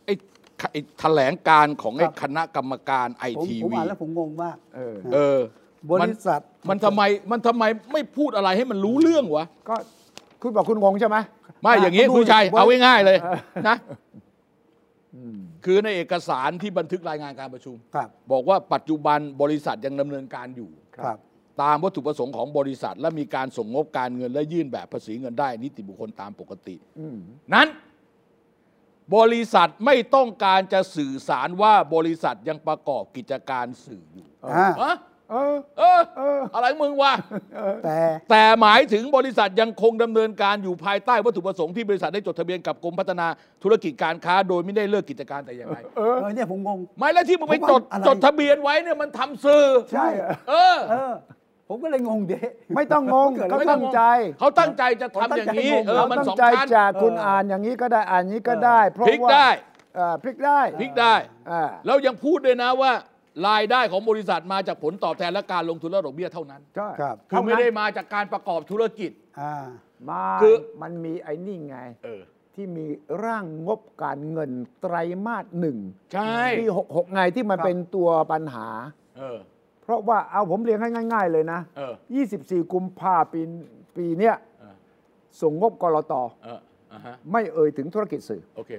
ไอ้ขไอ้แถลงการของคไอ้รับ คณะกรรมการไอ ผม ที ผม วี อ่านแล้วผมงงมาก เออ เออ บริษัท มันทำไมมันทำไมไม่พูดอะไรให้มันรู้เรื่องวะ ก็คุณบอกคุณงงใช่ไหม ไม่อย่างนี้ ก็ดู คุณชัย ดิว่า เอาง่ายๆเลยนะคือในเอกสารที่บันทึกรายงานการประชุม ครับ บอกว่าปัจจุบันบริษัทยังดำเนินการอยู่ ครับ ตามวัตถุประสงค์ของบริษัท และมีการส่งงบการเงินและยื่นแบบภาษีเงินได้ นิติบุคคลตามปกติ อืม นั้น บริษัทไม่ต้องการจะสื่อสารว่าบริษัทยังประกอบกิจการสื่ออยู่ อ่า ฮะ เออ เออ เออ อะไรของมึงวะ แต่ แต่หมายถึงบริษัทยังคงดำเนินการอยู่ภายใต้วัตถุประสงค์ที่บริษัทได้จดทะเบียนกับกรมพัฒนาธุรกิจการค้า โดยไม่ได้เลิกกิจการแต่อย่างไร เออเนี่ยผมงง ไม่แล้วที่มึงไปจด ผมว่าอะไร จดทะเบียนไว้เนี่ยมันทำสื่อ ใช่เหรอ เออ เออ ผมก็เลยงงเด้ ไม่ต้องงง เกิดอะไร เขาตั้งใจ เขาตั้งใจจะทำอย่างนี้ เขาตั้งใจ เออ เรา มัน ตั้ง สอง ใจ ชั้น จากคุณ เอออ่ อ่านอย่างนี้ก็ได้อ่านอย่างนี้ก็ได้ เพราะ พลิก ว่า ได้ เอ่อพลิกได้ พลิกได้ อ่า แล้วยังพูดด้วยนะว่า รายได้ของบริษัทมาจากผลตอบแทนและการลงทุนและดอกเบี้ยเท่านั้น ก็ ครับ คือไม่ได้มาจากการประกอบธุรกิจ อ่า มา คือ มันมีไอ้นี่ไง เออ ที่มีร่างงบการเงินไตรมาสหนึ่ง ใช่ ปีหกหกไงที่มัน ครับ เป็นตัวปัญหา เออ เพราะว่าเอาผมเรียงให้ง่าย ๆ เลยนะ เออ 24 กุมภาปีนปีเนี้ย เออ ส่งงบกรต เอออ่ะฮะ ไม่เอ่ยถึงธุรกิจสื่อ โอเค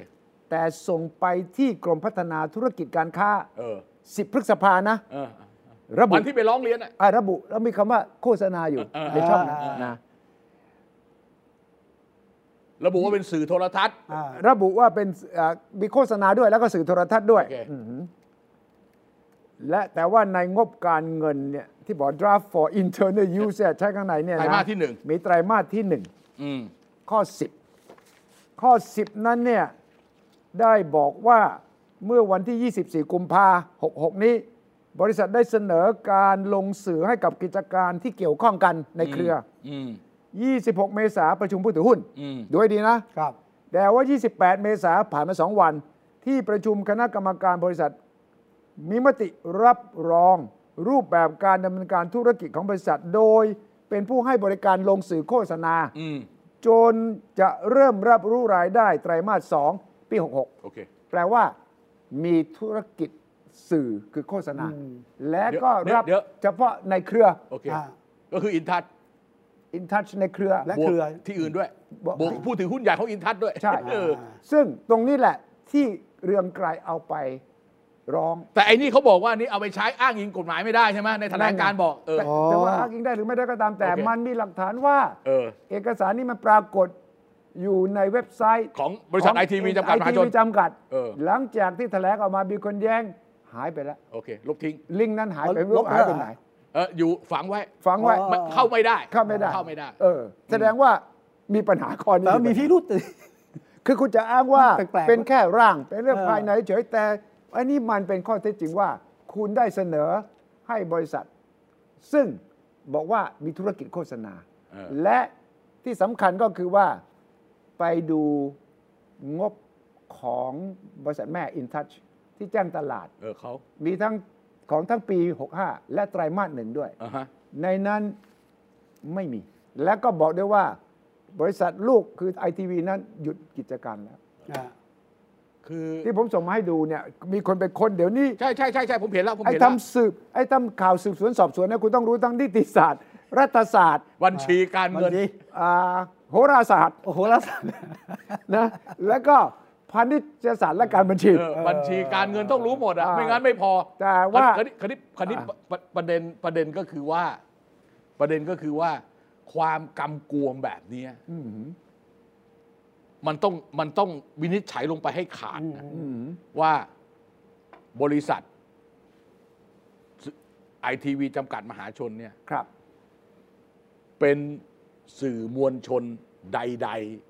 แต่ส่งไปที่กรมพัฒนาธุรกิจการค้า เออ 10 พฤษภานะ เออ ระบุ วันที่ไปร้องเรียนอ่ะ อ่ะระบุแล้วมีคำว่าโฆษณาอยู่ เออ ในช่องนั้น เออ นะ ระบุว่าเป็นสื่อโทรทัศน์ อ่า ระบุว่าเป็นเอ่อมีโฆษณาด้วยแล้วก็สื่อโทรทัศน์ด้วย โอเค อือหือและแต่ว่าในงบการเงินเนี่ยที่บอก draft for internal use เนี่ยใช้ข้างในเนี่ย ไตร นะ มาสที่หนึ่ง มีไตรมาสที่หนึ่ง อืม ข้อ 10 ข้อ 10 นั้นเนี่ยได้บอกว่าเมื่อวันที่ 24 กุมภา66 นี้ บริษัทได้เสนอการลงสื่อให้กับกิจการที่เกี่ยวข้องกันในเครือ อืม 26 เมษาประชุมผู้ถือหุ้น อืม ด้วยดีนะ ครับ แต่ว่า 28 เมษาผ่านมา 2 วัน ที่ประชุมคณะกรรมการบริษัท มีมติรับรองรูปแบบการดำเนินการธุรกิจของบริษัท โดยเป็นผู้ให้บริการลงสื่อโฆษณา อืม จนจะเริ่มรับรู้รายได้ไตรมาส 2 ปี โอเค 66 แปลว่ามีธุรกิจสื่อคือโฆษณา อืม และก็ เดี๋ยว รับ เดี๋ยว เฉพาะในเครือ โอเค อ่า ก็คืออินทัศน์ อินทัชในเครือ และ บวก เครือ ที่อื่นด้วย บวก บวกผู้ถือหุ้นใหญ่ของอินทัศน์ด้วย ใช่ เออ ซึ่งตรงนี้แหละที่เรืองไกรเอาไปร้อง แต่ไอ้นี่เขาบอกว่านี่เอาไปใช้อ้างอิงกฎหมายไม่ได้ใช่ไหมในแถลงการบอก เออ แต่ อ๋อ แต่ว่าอ้างอิงได้หรือไม่ได้ก็ตามแต่ โอเค มันมีหลักฐานว่า เออ เอกสารนี้มันปรากฏอยู่ในเว็บไซต์ ของบริษัท ITV จำกัดมหาชน ไอทีวีจำกัด เออ หลังจากที่แถลงออกมามีคนแย้งหายไปแล้ว โอเค ลบทิ้ง ลิงก์นั้นหายไป เอา ไม่ ล รู้ บ หายไป แล้ว ไหน เออ อยู่ฝังไว้ ฝังไว้ อ๋อ ไม่เข้าไม่ได้ เข้าไม่ได้ เข้าไม่ได้ เออ แสดงว่ามีปัญหาข้อนี้ แต่ว่ามีพิรุษ คือคุณจะอ้างว่า แปลกๆ เป็นแค่ร่างเป็นเรื่อง เออ ภายในเฉยแต่อันนี้มันเป็นข้อเท็จจริงว่า คุณได้เสนอให้บริษัท ซึ่งบอกว่ามีธุรกิจโฆษณา เออ และที่สำคัญก็คือว่าไปดูงบของบริษัทแม่ InTouch ที่แจ้งตลาด เออเขา มีทั้งของทั้งปี 65 และไตรมาสหนึ่งด้วย อ่าฮะ ในนั้นไม่มี และก็บอกด้วยว่าบริษัทลูกคือ ITV นั้นหยุดกิจการแล้ว อ่า คือ ที่ผมส่งมาให้ดูเนี่ย มีคนไปค้นเดี๋ยวนี้ ใช่ใช่ใช่ใช่ผมเห็นแล้ว ผม ไอ้ เห็นแล้ว ทำสืบ ไอ้ทำข่าวสืบสวนสอบสวนเนี่ยคุณต้องรู้ทั้งนิติศาสตร์ รัฐศาสตร์ บัญชีการเงิน บัญชี อ่าโห โหราศาสตร์ โอ้โหล่าสุด นะแล้วก็พาณิชยศาสตร์และการบัญชี เออบัญชีการเงินต้องรู้หมดอ่ะ อ่า ไม่งั้นไม่พอ แต่ว่า คณิตคณิตคณิต อ่า ประประเด็นประเด็นก็คือว่า ประเด็นก็คือว่า ความกำกวมแบบเนี้ย อืม มันต้องมันต้องวินิจฉัยลงไปให้ขาดนะ อืม ว่าบริษัทไอทีวีจำกัดมหาชนเนี่ย ครับ เป็นสื่อมวลชนใด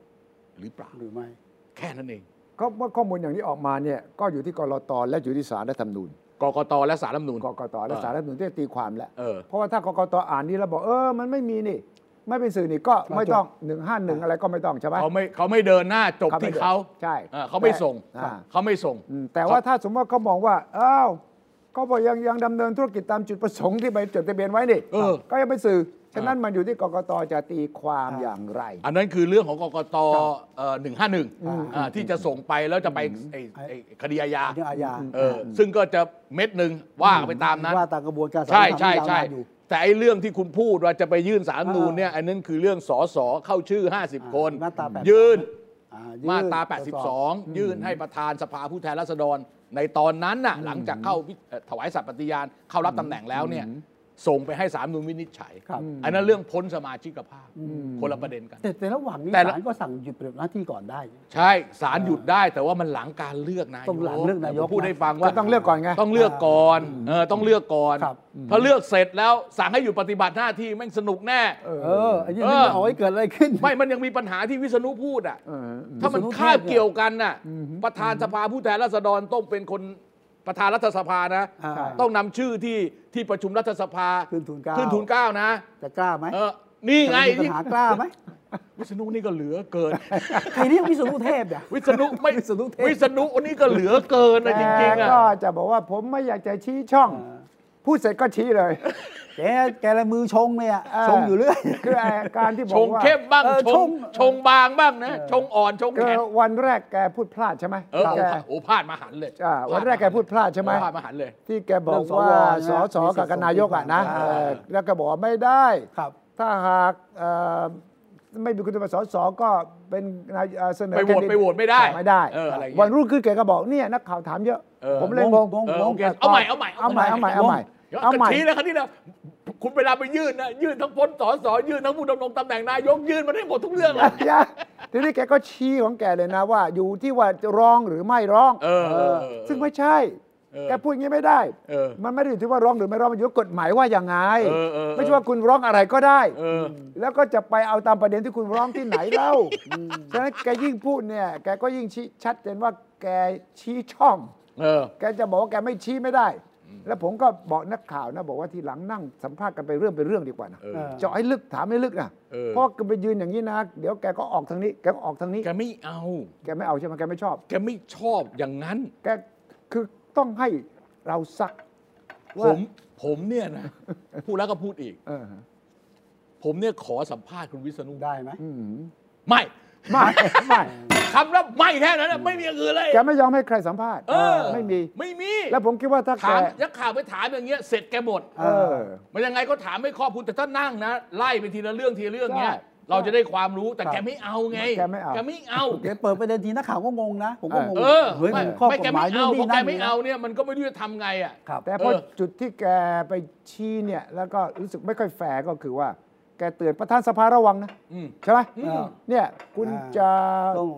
ๆ หรือเปล่า หรือไม่ แค่นั้นเอง ก็เมื่อข้อมูลอย่างนี้ออกมาเนี่ยก็อยู่ที่กรตและอยู่ที่ศาลรัฐธรรมนูญ กกตและสารรัฐธรรมนูญ กกตและศาลรัฐธรรมนูญที่จะตีความแล้ว เออ เพราะว่าถ้ากกตอ่านนี้แล้วบอกเออมันไม่มีนี่ ไม่เป็นสื่อนี่ก็ เราจบ ไม่ต้องหนึ่งห้าหนึ่งอะไรก็ไม่ต้องใช่ไหม เขาไม่เขาไม่เดินหน้าจบที่เขา ใช่ เออเขาไม่ส่ง อ่า เขาไม่ส่ง อืมแต่ว่าถ้าสมมติว่าเขามองว่าอ้าวก็บอกยังยังดำเนินธุรกิจตามจุดประสงค์ที่ไปจดทะเบียนไว้นี่ เออ ก็ยังเป็นสื่อฉะนั้นมันอยู่ที่กกตจะตีความอย่างไร อันนั้นคือเรื่องของกกตหนึ่งห้าหนึ่ง อืม ที่จะส่งไปแล้วจะไปไอ้ไอ้คดีอาญา เรื่องอาญา เออซึ่งก็จะเม็ดหนึ่งว่ากันไปตามนั้น ว่าตามกระบวนการสาร ใช่ ธรรม ใช่ ที่ยาวนาน ใช่ อยู่ แต่ไอ้เรื่องที่คุณพูดว่าจะไปยื่นสารรัฐธรรมนูนเนี่ย อ่า อันนั้นคือเรื่องสอสอเข้าชื่อ 50 คน มาตราแปด ยื่น อ่ มา ยื่น ตรา ตรวจสอบ 82 ยื่นให้ประธานสภาผู้แทนราษฎร ในตอนนั้นน่ะหลังจากเข้าวิเอ่อถวายสัตย์ปฏิญาณเข้ารับตำแหน่งแล้วเนี่ยส่งไปให้สามนุนวินิจฉัย ครับ อันนั้นเรื่องพ้นสมาชิกภาพ คนละประเด็นกัน แต่แต่ระหว่างนี้ แต่ละ ศาลก็สั่งหยุดปฏิบัติหน้าที่ก่อนได้ ใช่สารหยุดได้แต่ว่ามันหลังการเลือกนายก ต้องหลังเลือกนายก ผมพูด นะ ให้ฟังว่า ก็ต้องเลือกก่อนไง ต้องเลือกก่อนเออต้องเลือกก่อน ครับ ถ้าเลือกเสร็จแล้วสั่งให้หยุดปฏิบัติหน้าที่แม่งสนุกแน่ เออไอันนี้ เอ ไม่ อ เอาให้เกิดอะไรขึ้น ไม่มันยังมีปัญหาที่วิษณุพูดอ่ะ เอออืม ถ้ามัน วิษณุพูด คาบเกี่ยวกันน่ะประธานสภาผู้แทนราษฎรต้องเป็นคนประธานรัฐสภานะ อ่า ใช่ ต้องนำชื่อที่ที่ประชุมรัฐสภา ขึ้นทูลเกล้า ขึ้นทูลเกล้านะ จะกล้าไหม เออนี่ไง จะมีปัญหากล้าไหม วิษณุนี่ก็เหลือเกิน ใครเรียกวิศนุเทพเนี่ย วิษณุไม่ วิษณุเทพ วิษณุนี่ก็เหลือเกินนะจริงๆ แต่ อ่ะ ก็จะบอกว่าผมไม่อยากจะชี้ช่อง พูดเสร็จก็ชี้เลย แกแกละมือชงเนี่ย เออ ชงอยู่เรื่อย คือไอ้การที่บอ ช ก ง ว่า เข้มบ้าง เออ ช ช ง ง ชงบางบ้างนะชงอ่อนชง ก็ แข็ง วันแรกแกพูดพลาดใช่ไหม เออ แก โอ้โหพลาดมาหันเลย อ่าวันแรกแกพูดพลาดใช่ไหม พลาดมาหันเลย ที่แกบอกว่า เรื่องสว สอสอ นะ กับนายกอ่ะนะ อ่า เออแล้วแกบอกว่าไม่ได้ ครับ ถ้าหากเอ่อไม่มีคุณสมบัติสอสอก็เป็นนายเอ่อเสนอ ไปโหวต แคนดิเดต ไปโหวตไม่ได้ ไม่ได้ เอออะไรอย่างเงี้ย วันรุ่งขึ้นแกก็บอกเนี่ยนักข่าวถามเยอะ เออ ผมเลยงง งง เออง โองเคเอาใหม่เอาใหม่ เอาใหม่เอาใหม่เอาใหม่ เดี๋ยว เอาใหม่ ชี้เลยครับนี่นะคุณเวลาไปยื่นนะยื่นทั้งพ้นสอสอยื่นทั้งผู้ดำรงตำแหน่งนายกยื่นมาได้หมดทุกเรื่องเลย ยะทีนี้แกก็ชี้ของแกเลยนะว่า อยู่ที่ว่าจะร้องหรือไม่ร้อง เออเออเออ ซึ่งไม่ใช่ เออ แกพูดอย่างนี้ไม่ได้ เออ มันไม่ได้อยู่ที่ว่าร้องหรือไม่ร้องมันอยู่ที่กฎหมายว่าอย่างไง เออเออเออ ไม่ใช่ว่าคุณร้องอะไรก็ได้ เออ แล้วก็จะไปเอาตามประเด็นที่คุณร้องที่ไหนเล่าฉะนั้นแกยิ่งพูดเนี่ย แกก็ยิ่งชี้ชัดเจนว่าแกชี้ช่อง เออ แกจะบอกว่าแกไม่ชี้ไม่ได้ แล้วผมก็บอกนักข่าวนะบอกว่าทีหลังนั่งสัมภาษณ์กันไปเรื่องเป็นเรื่องดีกว่านะ เออ เจาะให้ลึกถามให้ลึกนะ เออ เพราะแกไปยืนอย่างนี้นะ เดี๋ยวแกก็ออกทางนี้ แกก็ออกทางนี้ แกไม่เอา แกไม่เอาใช่ไหมแกไม่ชอบ แกไม่ชอบอย่างนั้น แกคือต้องให้เราซัก ผม ผมเนี่ยนะ พูดแล้วก็พูดอีก เออ ผมเนี่ยขอสัมภาษณ์คุณวิษณุ ได้ไหม อืม ไม่ ไม่ ไม่ คำรับไม่แค่นั้นนะไม่มีอย่างอื่นเลย แกไม่ยอมให้ใครสัมภาษณ์ เออ ไม่มี ไม่มี แล้วผมคิดว่าถ้าแก ถามยักข่าวไปถามอย่างเงี้ยเสร็จแกหมด เออ มันยังไงก็ถามไม่ครอบคลุมแต่ถ้านั่งนะ ไล่ไปทีละเรื่องทีละเรื่องเนี้ย ใช่ เราจะได้ความรู้แต่ ครับ แกไม่เอาไง แกไม่เอา แกไม่เอา แกเปิดประเด็นทีนักข่าวก็งงนะ ผมก็งง เออ เฮ้ย ไม่ มันข้อก ไม่ ฎ แก หมา ไม่ ยนู่ เอา นนี่เพราะแก นั่น ไม่เอาเนี่ยมันก็ไม่รู้จะทำไงอ่ะ ครับ แต่พอ เออ จุดที่แกไปชี้เนี่ย แล้วก็รู้สึกไม่ค่อยแฟร์ก็คือว่า แกเตือนประธานสภาระวังนะ อืม ใช่ไหม อืม เนี่ยคุณจะ ต้อง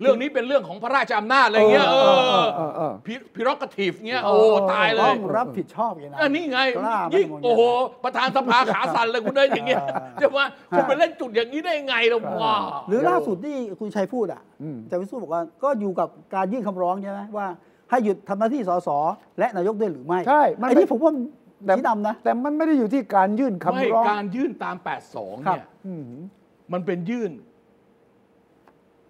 เรื่องนี้เป็นเรื่องของพระราชอำนาจอะไรเงี้ยเอ เอ อ อเออเออ พิพิรกทีฟเงี้ยโอ้ตายเล ต้ ย องรับผิดชอบไงนะ อันนี้ไง กล้า ยิ่ง มัน โอ้โห เงี้ย ประธานสภาขาสั่นเลยคุณได้อย่างเงี้ย เออ จะว่าคุณไปเล่นจุดอย่างนี้ได้ไงล่ะว้า หรือล่าสุดที่คุณชัยพูดอ่ะ อืม อาจารย์วิสุทธ์บอกว่าก็อยู่กับการยื่นคำร้องใช่ไหมว่า ให้หยุดทำหน้าที่สสและนายกด้วยหรือไม่ ใช่มัน ไอ้ ไม่ นี่ผมว่า แต่ ชี้นำนะ แต่มันไม่ได้อยู่ที่การยื่นคำ ไม่ ร้อง การยื่นตาม 82 ครั เนี่ บ ย อืม มันเป็นยื่น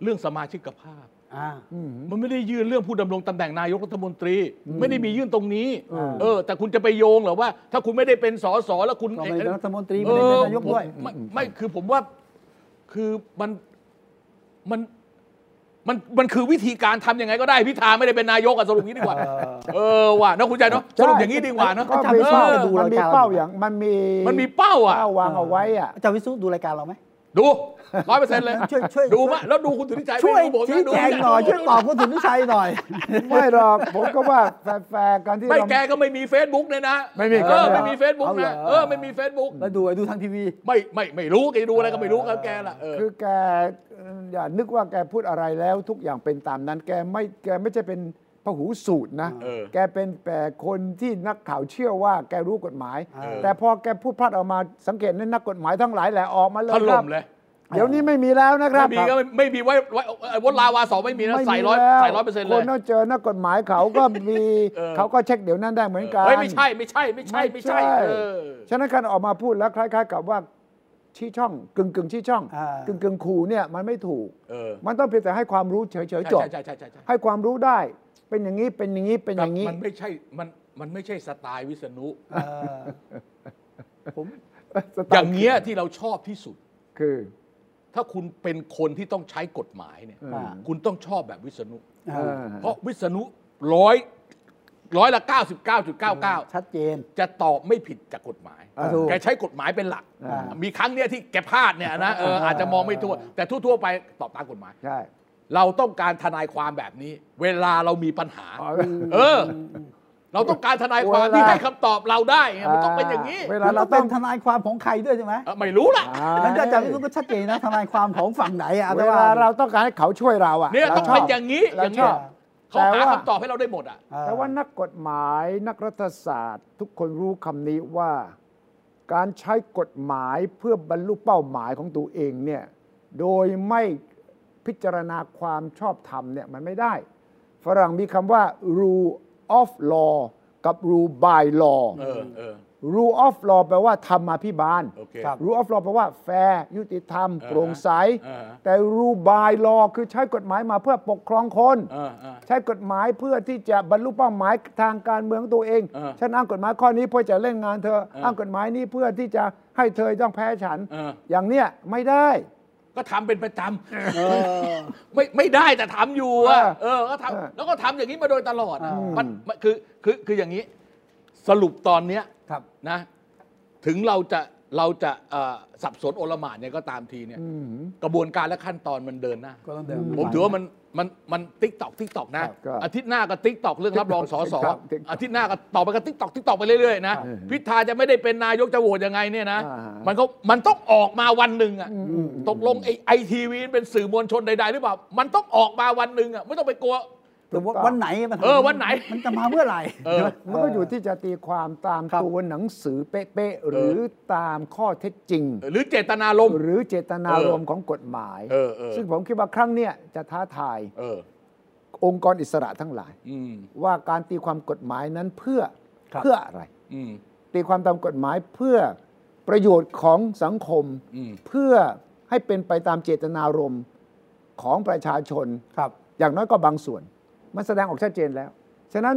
เรื่องสมาชิกภาพ อ่า อืม มันไม่ได้ยื่นเรื่องผู้ดำรงตำแหน่งนายกรัฐมนตรี ไม่ได้มียื่นตรงนี้ อืม เออ แต่คุณจะไปโยงเหรอว่า ถ้าคุณไม่ได้เป็นสสแล้วคุณ ก็ไม่ได้เป็นรัฐมนตรี เอ ไม่ได้ อ เป็นนายก ผม ด้วย ไม่ไม่คือผมว่าคือมันมันมันมันคือวิธีการทำยังไงก็ได้พิธาไม่ได้เป็นนายกอะสรุปงี้ดีกว่า เออ เออว่ะนะคุณใจเนาะ ใช่ สรุปอย่างนี้ดีกว่าเนาะ ก็ อาจารย์ มี วิศ เป้า นุ เออ ดู มัน ราย มี การ เป้าอย่างมันมี มันมีเป้าอ่ะ เป้าวางเอาไว้อ่ะ อาจารย์วิสุทธ์ดูรายการเราไหม ดูร้อยเปอร์เซ็นต์เลย ช่วยช่วย ดูมะแล้วดูคุณสุทธิชัย ช่วย ไม่ดูผมนะ ชี้ ดู แจงหน่อย ช่วยตอบคุณสุทธิชัยหน่อย ไม่หรอกผมก็ว่าแฟร์ๆการที่ ไม่ เรา แกก็ไม่มี Facebook เลยนะ ไม่มี เออ แกไม่มี ไม่มี Facebook เอาเหรอ นะเออไม่มี Facebook แล้วดูดูทางทีวี ไม่ไม่ไม่รู้แกดูอะไรก็ไม่รู้ครับแกล่ะเออ คือแกเอ่ออย่านึกว่าแกพูดอะไรแล้วทุกอย่างเป็นตามนั้น แกไม่แกไม่ใช่เป็นพหูสูตรนะ เออ แกเป็นแต่คนที่นักข่าวเชื่อว่าแกรู้กฎหมาย เออ แต่พอแกพูดพลาดออกมาสังเกตนะนักกฎหมายทั้งหลายแหละออกมาเลย ถ ครั ล่ บ มเลย เดี๋ยวนี้ไม่มีแล้วนะครับ ไม่มีก็ไม่ไม่มีไว้ไว้ไอ้วดลาวาสองไม่มีนะ ไม่มี ใส่ร้อย แล้ว ใส่ร้อยเปอร์เซ็นต์เล ค ย นต้องเจอนักกฎหมายเขาก็มี เออ เขาก็เช็คเดี๋ยวนั้นได้เหมือนกัน เฮ้ยไม่ใช่ไม่ใช่ไม่ใช่ไม่ใช่ ไม่ใช่ เออ ฉะนั้นการออกมาพูดแล้วคล้าย ๆ กับว่าชี้ช่องกึ่งกึ่งๆชี้ช่อง อ่า กึ่งกึ่งๆขู่เนี่ยมันไม่ถูก เออ มันต้องเพียงแต่ให้ความรู้เฉยๆจบ ใช่ใช่ใช่ใช่ใช่ ให้ความรู้ได้เป็นอย่างนี้เป็นอย่างนี้เป็นอย่างนี้ มันไม่ใช่มันมันไม่ใช่สไตล์วิษณุ เออผม อย่างเงี้ยที่เราชอบที่สุด คือ ถ้าคุณเป็นคนที่ต้องใช้กฎหมายเนี่ย อืม คุณต้องชอบแบบวิษณุ เออ เพราะวิษณุร้อยร้อยละ 99.99 ชัดเจน จะตอบไม่ผิดจากกฎหมาย อ่าถูก แกใช้กฎหมายเป็นหลัก อ่ามี มีครั้งเนี้ยที่แกพลาดเนี่ยนะเอออาจจะมองไม่ทั่ว อ่า แต่ทั่วๆไปตอบตามกฎหมาย ใช่ เราต้องการทนายความแบบนี้ เวลาเรามีปัญหา อ๋อ เออ เราต้องการทนายความ เวลา ที่ให้คำตอบเราได้ไงมันต้องเป็นอย่างนี้ เวลา แล้ว เรา เรา ต้ เป็ อง นทนายความของใครด้วยใช่ไหม เออไม่รู้ล่ะ นั่นก็อาจารย์วิศนุก็ชัดเจนนะทนายความของฝั่งไหนอะ เว แต่ว่า ลาเราต้องการให้เขาช่วยเราอ่ะ เนี่ย ร ต้อง ชบ เป็นอย่างนี้ เรา อย่าง ช นี้ อบ เขาหาแต่ว่า คำตอบให้เราได้หมดอ่ะ แต่ว่านักกฎหมายนักรัฐศาสตร์ ทุกคนรู้คำนี้ว่า การใช้กฎหมายเพื่อบรรลุเป้าหมายของตัวเองเนี่ยโดยไม่พิจารณาความชอบธรรมเนี่ยมันไม่ได้ ฝรั่งมีคำว่า rule of law กับ rule by law เออเออ rule of law แปลว่าธรรมาภิบาล โอเค ครับ rule of law แปลว่าแฟร์ยุติธรรม อ่าฮะ โปร่งใส อ่าฮะ แต่ rule by law คือใช้กฎหมายมาเพื่อปกครองคน เออเออ ใช้กฎหมายเพื่อที่จะบรรลุเป้าหมายทางการเมืองตัวเอง เออ ฉันอ้างกฎหมายข้อนี้เพื่อจะเล่นงานเธออออ้ อ้างกฎหมายนี้เพื่อที่จะให้เธอต้องแพ้ฉัน เออ อย่างเนี้ยไม่ได้ ก็ทำเป็นประจำ เออ ไม่ไม่ได้แต่ทำอยู่อ่ะเออก็ เออ ทำแล้วก็ทำอย่างนี้มาโดยตลอดอะ อืม มันมันคือคือคืออย่างนี้ สรุปตอนเนี้ย ครับ นะ ถึงเราจะเราจะเอ่อสับสนโอลหมานเนี่ยก็ตามทีเนี่ย อืม กระบวนการและขั้นตอนมันเดินหน้า ก็ต้องเดิน ผมถือว่ามันมันมันติ๊กตอกติ๊กตอกนะครับ ครับ อาทิตย์หน้าก็ติ๊กตอกเรื่องรับรองสอสอ TikTok TikTok อาทิตย์หน้าก็ต่อไปก็ติ๊กตอกติ๊กตอกไปเรื่อยๆนะครับพิธาจะไม่ได้เป็นนายกจะโหวตยังไงเนี่ยนะ อ่าฮะ มันก็มันต้องออกมาวันหนึ่งอะ อืมอืมอืม ตกลงไอไอทีวีเป็นสื่อมวลชนใดๆหรือเปล่า มันต้องออกมาวันหนึ่งอะไม่ต้องไปกลัว แต่ว่าวันไหนมัน เออวันไหน มันจะมาเมื่อไหร่ เออ มันก็อยู่ที่จะตีความตาม ครับ ตัวหนังสือเป๊ะๆหรือตามข้อเท็จจริง หรือเจตนารมณ์ หรือเจตนารมณ์ของกฎหมาย เออเออ ซึ่งผมคิดว่าครั้งเนี้ยจะท้าทาย เออ องค์กรอิสระทั้งหลาย อืม ว่าการตีความกฎหมายนั้นเพื่อ ครับ เพื่ออะไร อืม ตีความตามกฎหมายเพื่อประโยชน์ของสังคม อืม เพื่อให้เป็นไปตามเจตนารมณ์ของประชาชน ครับ อย่างน้อยก็บางส่วน มันแสดงออกชัดเจนแล้ว ฉะนั้น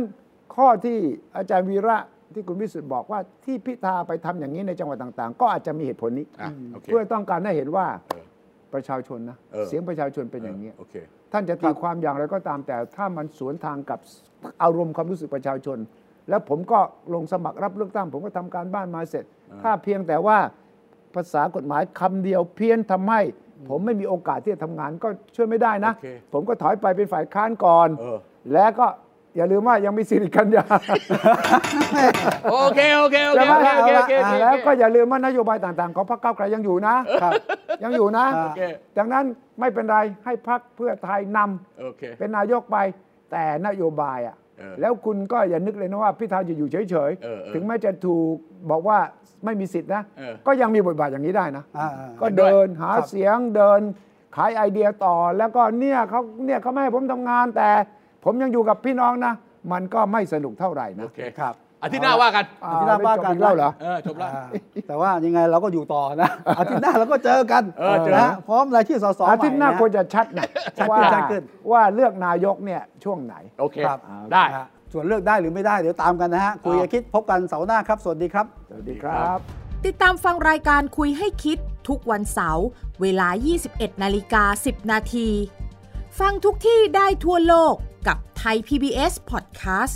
ข้อที่อาจารย์วีระที่คุณวิสุทธ์บอกว่าที่พิธาไปทำอย่างนี้ในจังหวัดต่าง ๆ ก็อาจจะมีเหตุผลนี้ อ่ะโอเค เพื่อต้องการให้เห็นว่า เออ ประชาชนนะ เออ เสียงประชาชนเป็นอย่างนี้ย โอเค ท่านจะตีความอย่างไรก็ตามแต่ถ้ามันสวนทางกับอารมณ์ความรู้สึกประชาชน แล้วผมก็ลงสมัครรับเลือกตั้งผมก็ทำการบ้านมาเสร็จ ถ้าเพียงแต่ว่าภาษากฎหมายคำเดียวเพี้ยนทำให้ ผมไม่มีโอกาสที่จะทำงานก็ช่วยไม่ได้นะ โอเค ผมก็ถอยไปเป็นฝ่ายค้านก่อน เออ แล้วก็อย่าลืมว่ายังมีสิริกั ญญา โอเคโอเคโอ ใช่ เค ไหม โอเคโอเคโอเคโอเค แล้วก็อย่าลืมว่านโยบายต่างๆ ของพรรคก้าวไกลยังอยู่นะ ครับ ยังอยู่นะ โอเค ดังนั้นไม่เป็นไรให้พรรคเพื่อไทยนำ โอเค เป็นนายกไปแต่นโยบายอ่ะ เออ แล้วคุณก็อย่านึกเลยนะว่าพิธาจะอยู่เฉย เออเออ ถึงแม้จะถูกบอกว่าไม่มีสิทธินะ เออ ก็ยังมีบทบาทอย่างนี้ได้นะ อ่า ก็เดินหาเสียงเดินขายไอเดียต่อ แล้วก็เนี่ยเขาเนี่ยเขาไม่ให้ผมทำงาน แต่ผมยังอยู่กับพี่น้องนะ มันก็ไม่สนุกเท่าไหร่นะ โอเค ครับ อาทิตย์หน้าว่ากัน อ่ อาทิตย์หน้าว่ากัน ไม่จบอีเล่าเหรอ เออจบละ อ่าแต่ว่ายังไงเราก็อยู่ต่อนะ อาทิตย์หน้าเราก็เจอกัน เออเจอ นะพร้อมรายชื่อสส อาทิตย์หน้า ใะ ควรจะชัดนะ ชัดขึ้น ว่า ชัดขึ้น ว่าเลือกนายกเนี่ยช่วงไหน โอเค ครับ ได้ นะฮะส่วนเลือกได้หรือไม่ได้เดี๋ยวตามกันนะฮะ คุยกับคิดพบกันเสาร์หน้าครับ สวัสดีครับ สวัสดีครับ ติดตามฟังรายการคุยให้คิดทุกวันเสาร์เวลา 21 นาฬิกา 10 นาที ฟังทุกที่ได้ทั่วโลกกับ ไทย PBS Podcast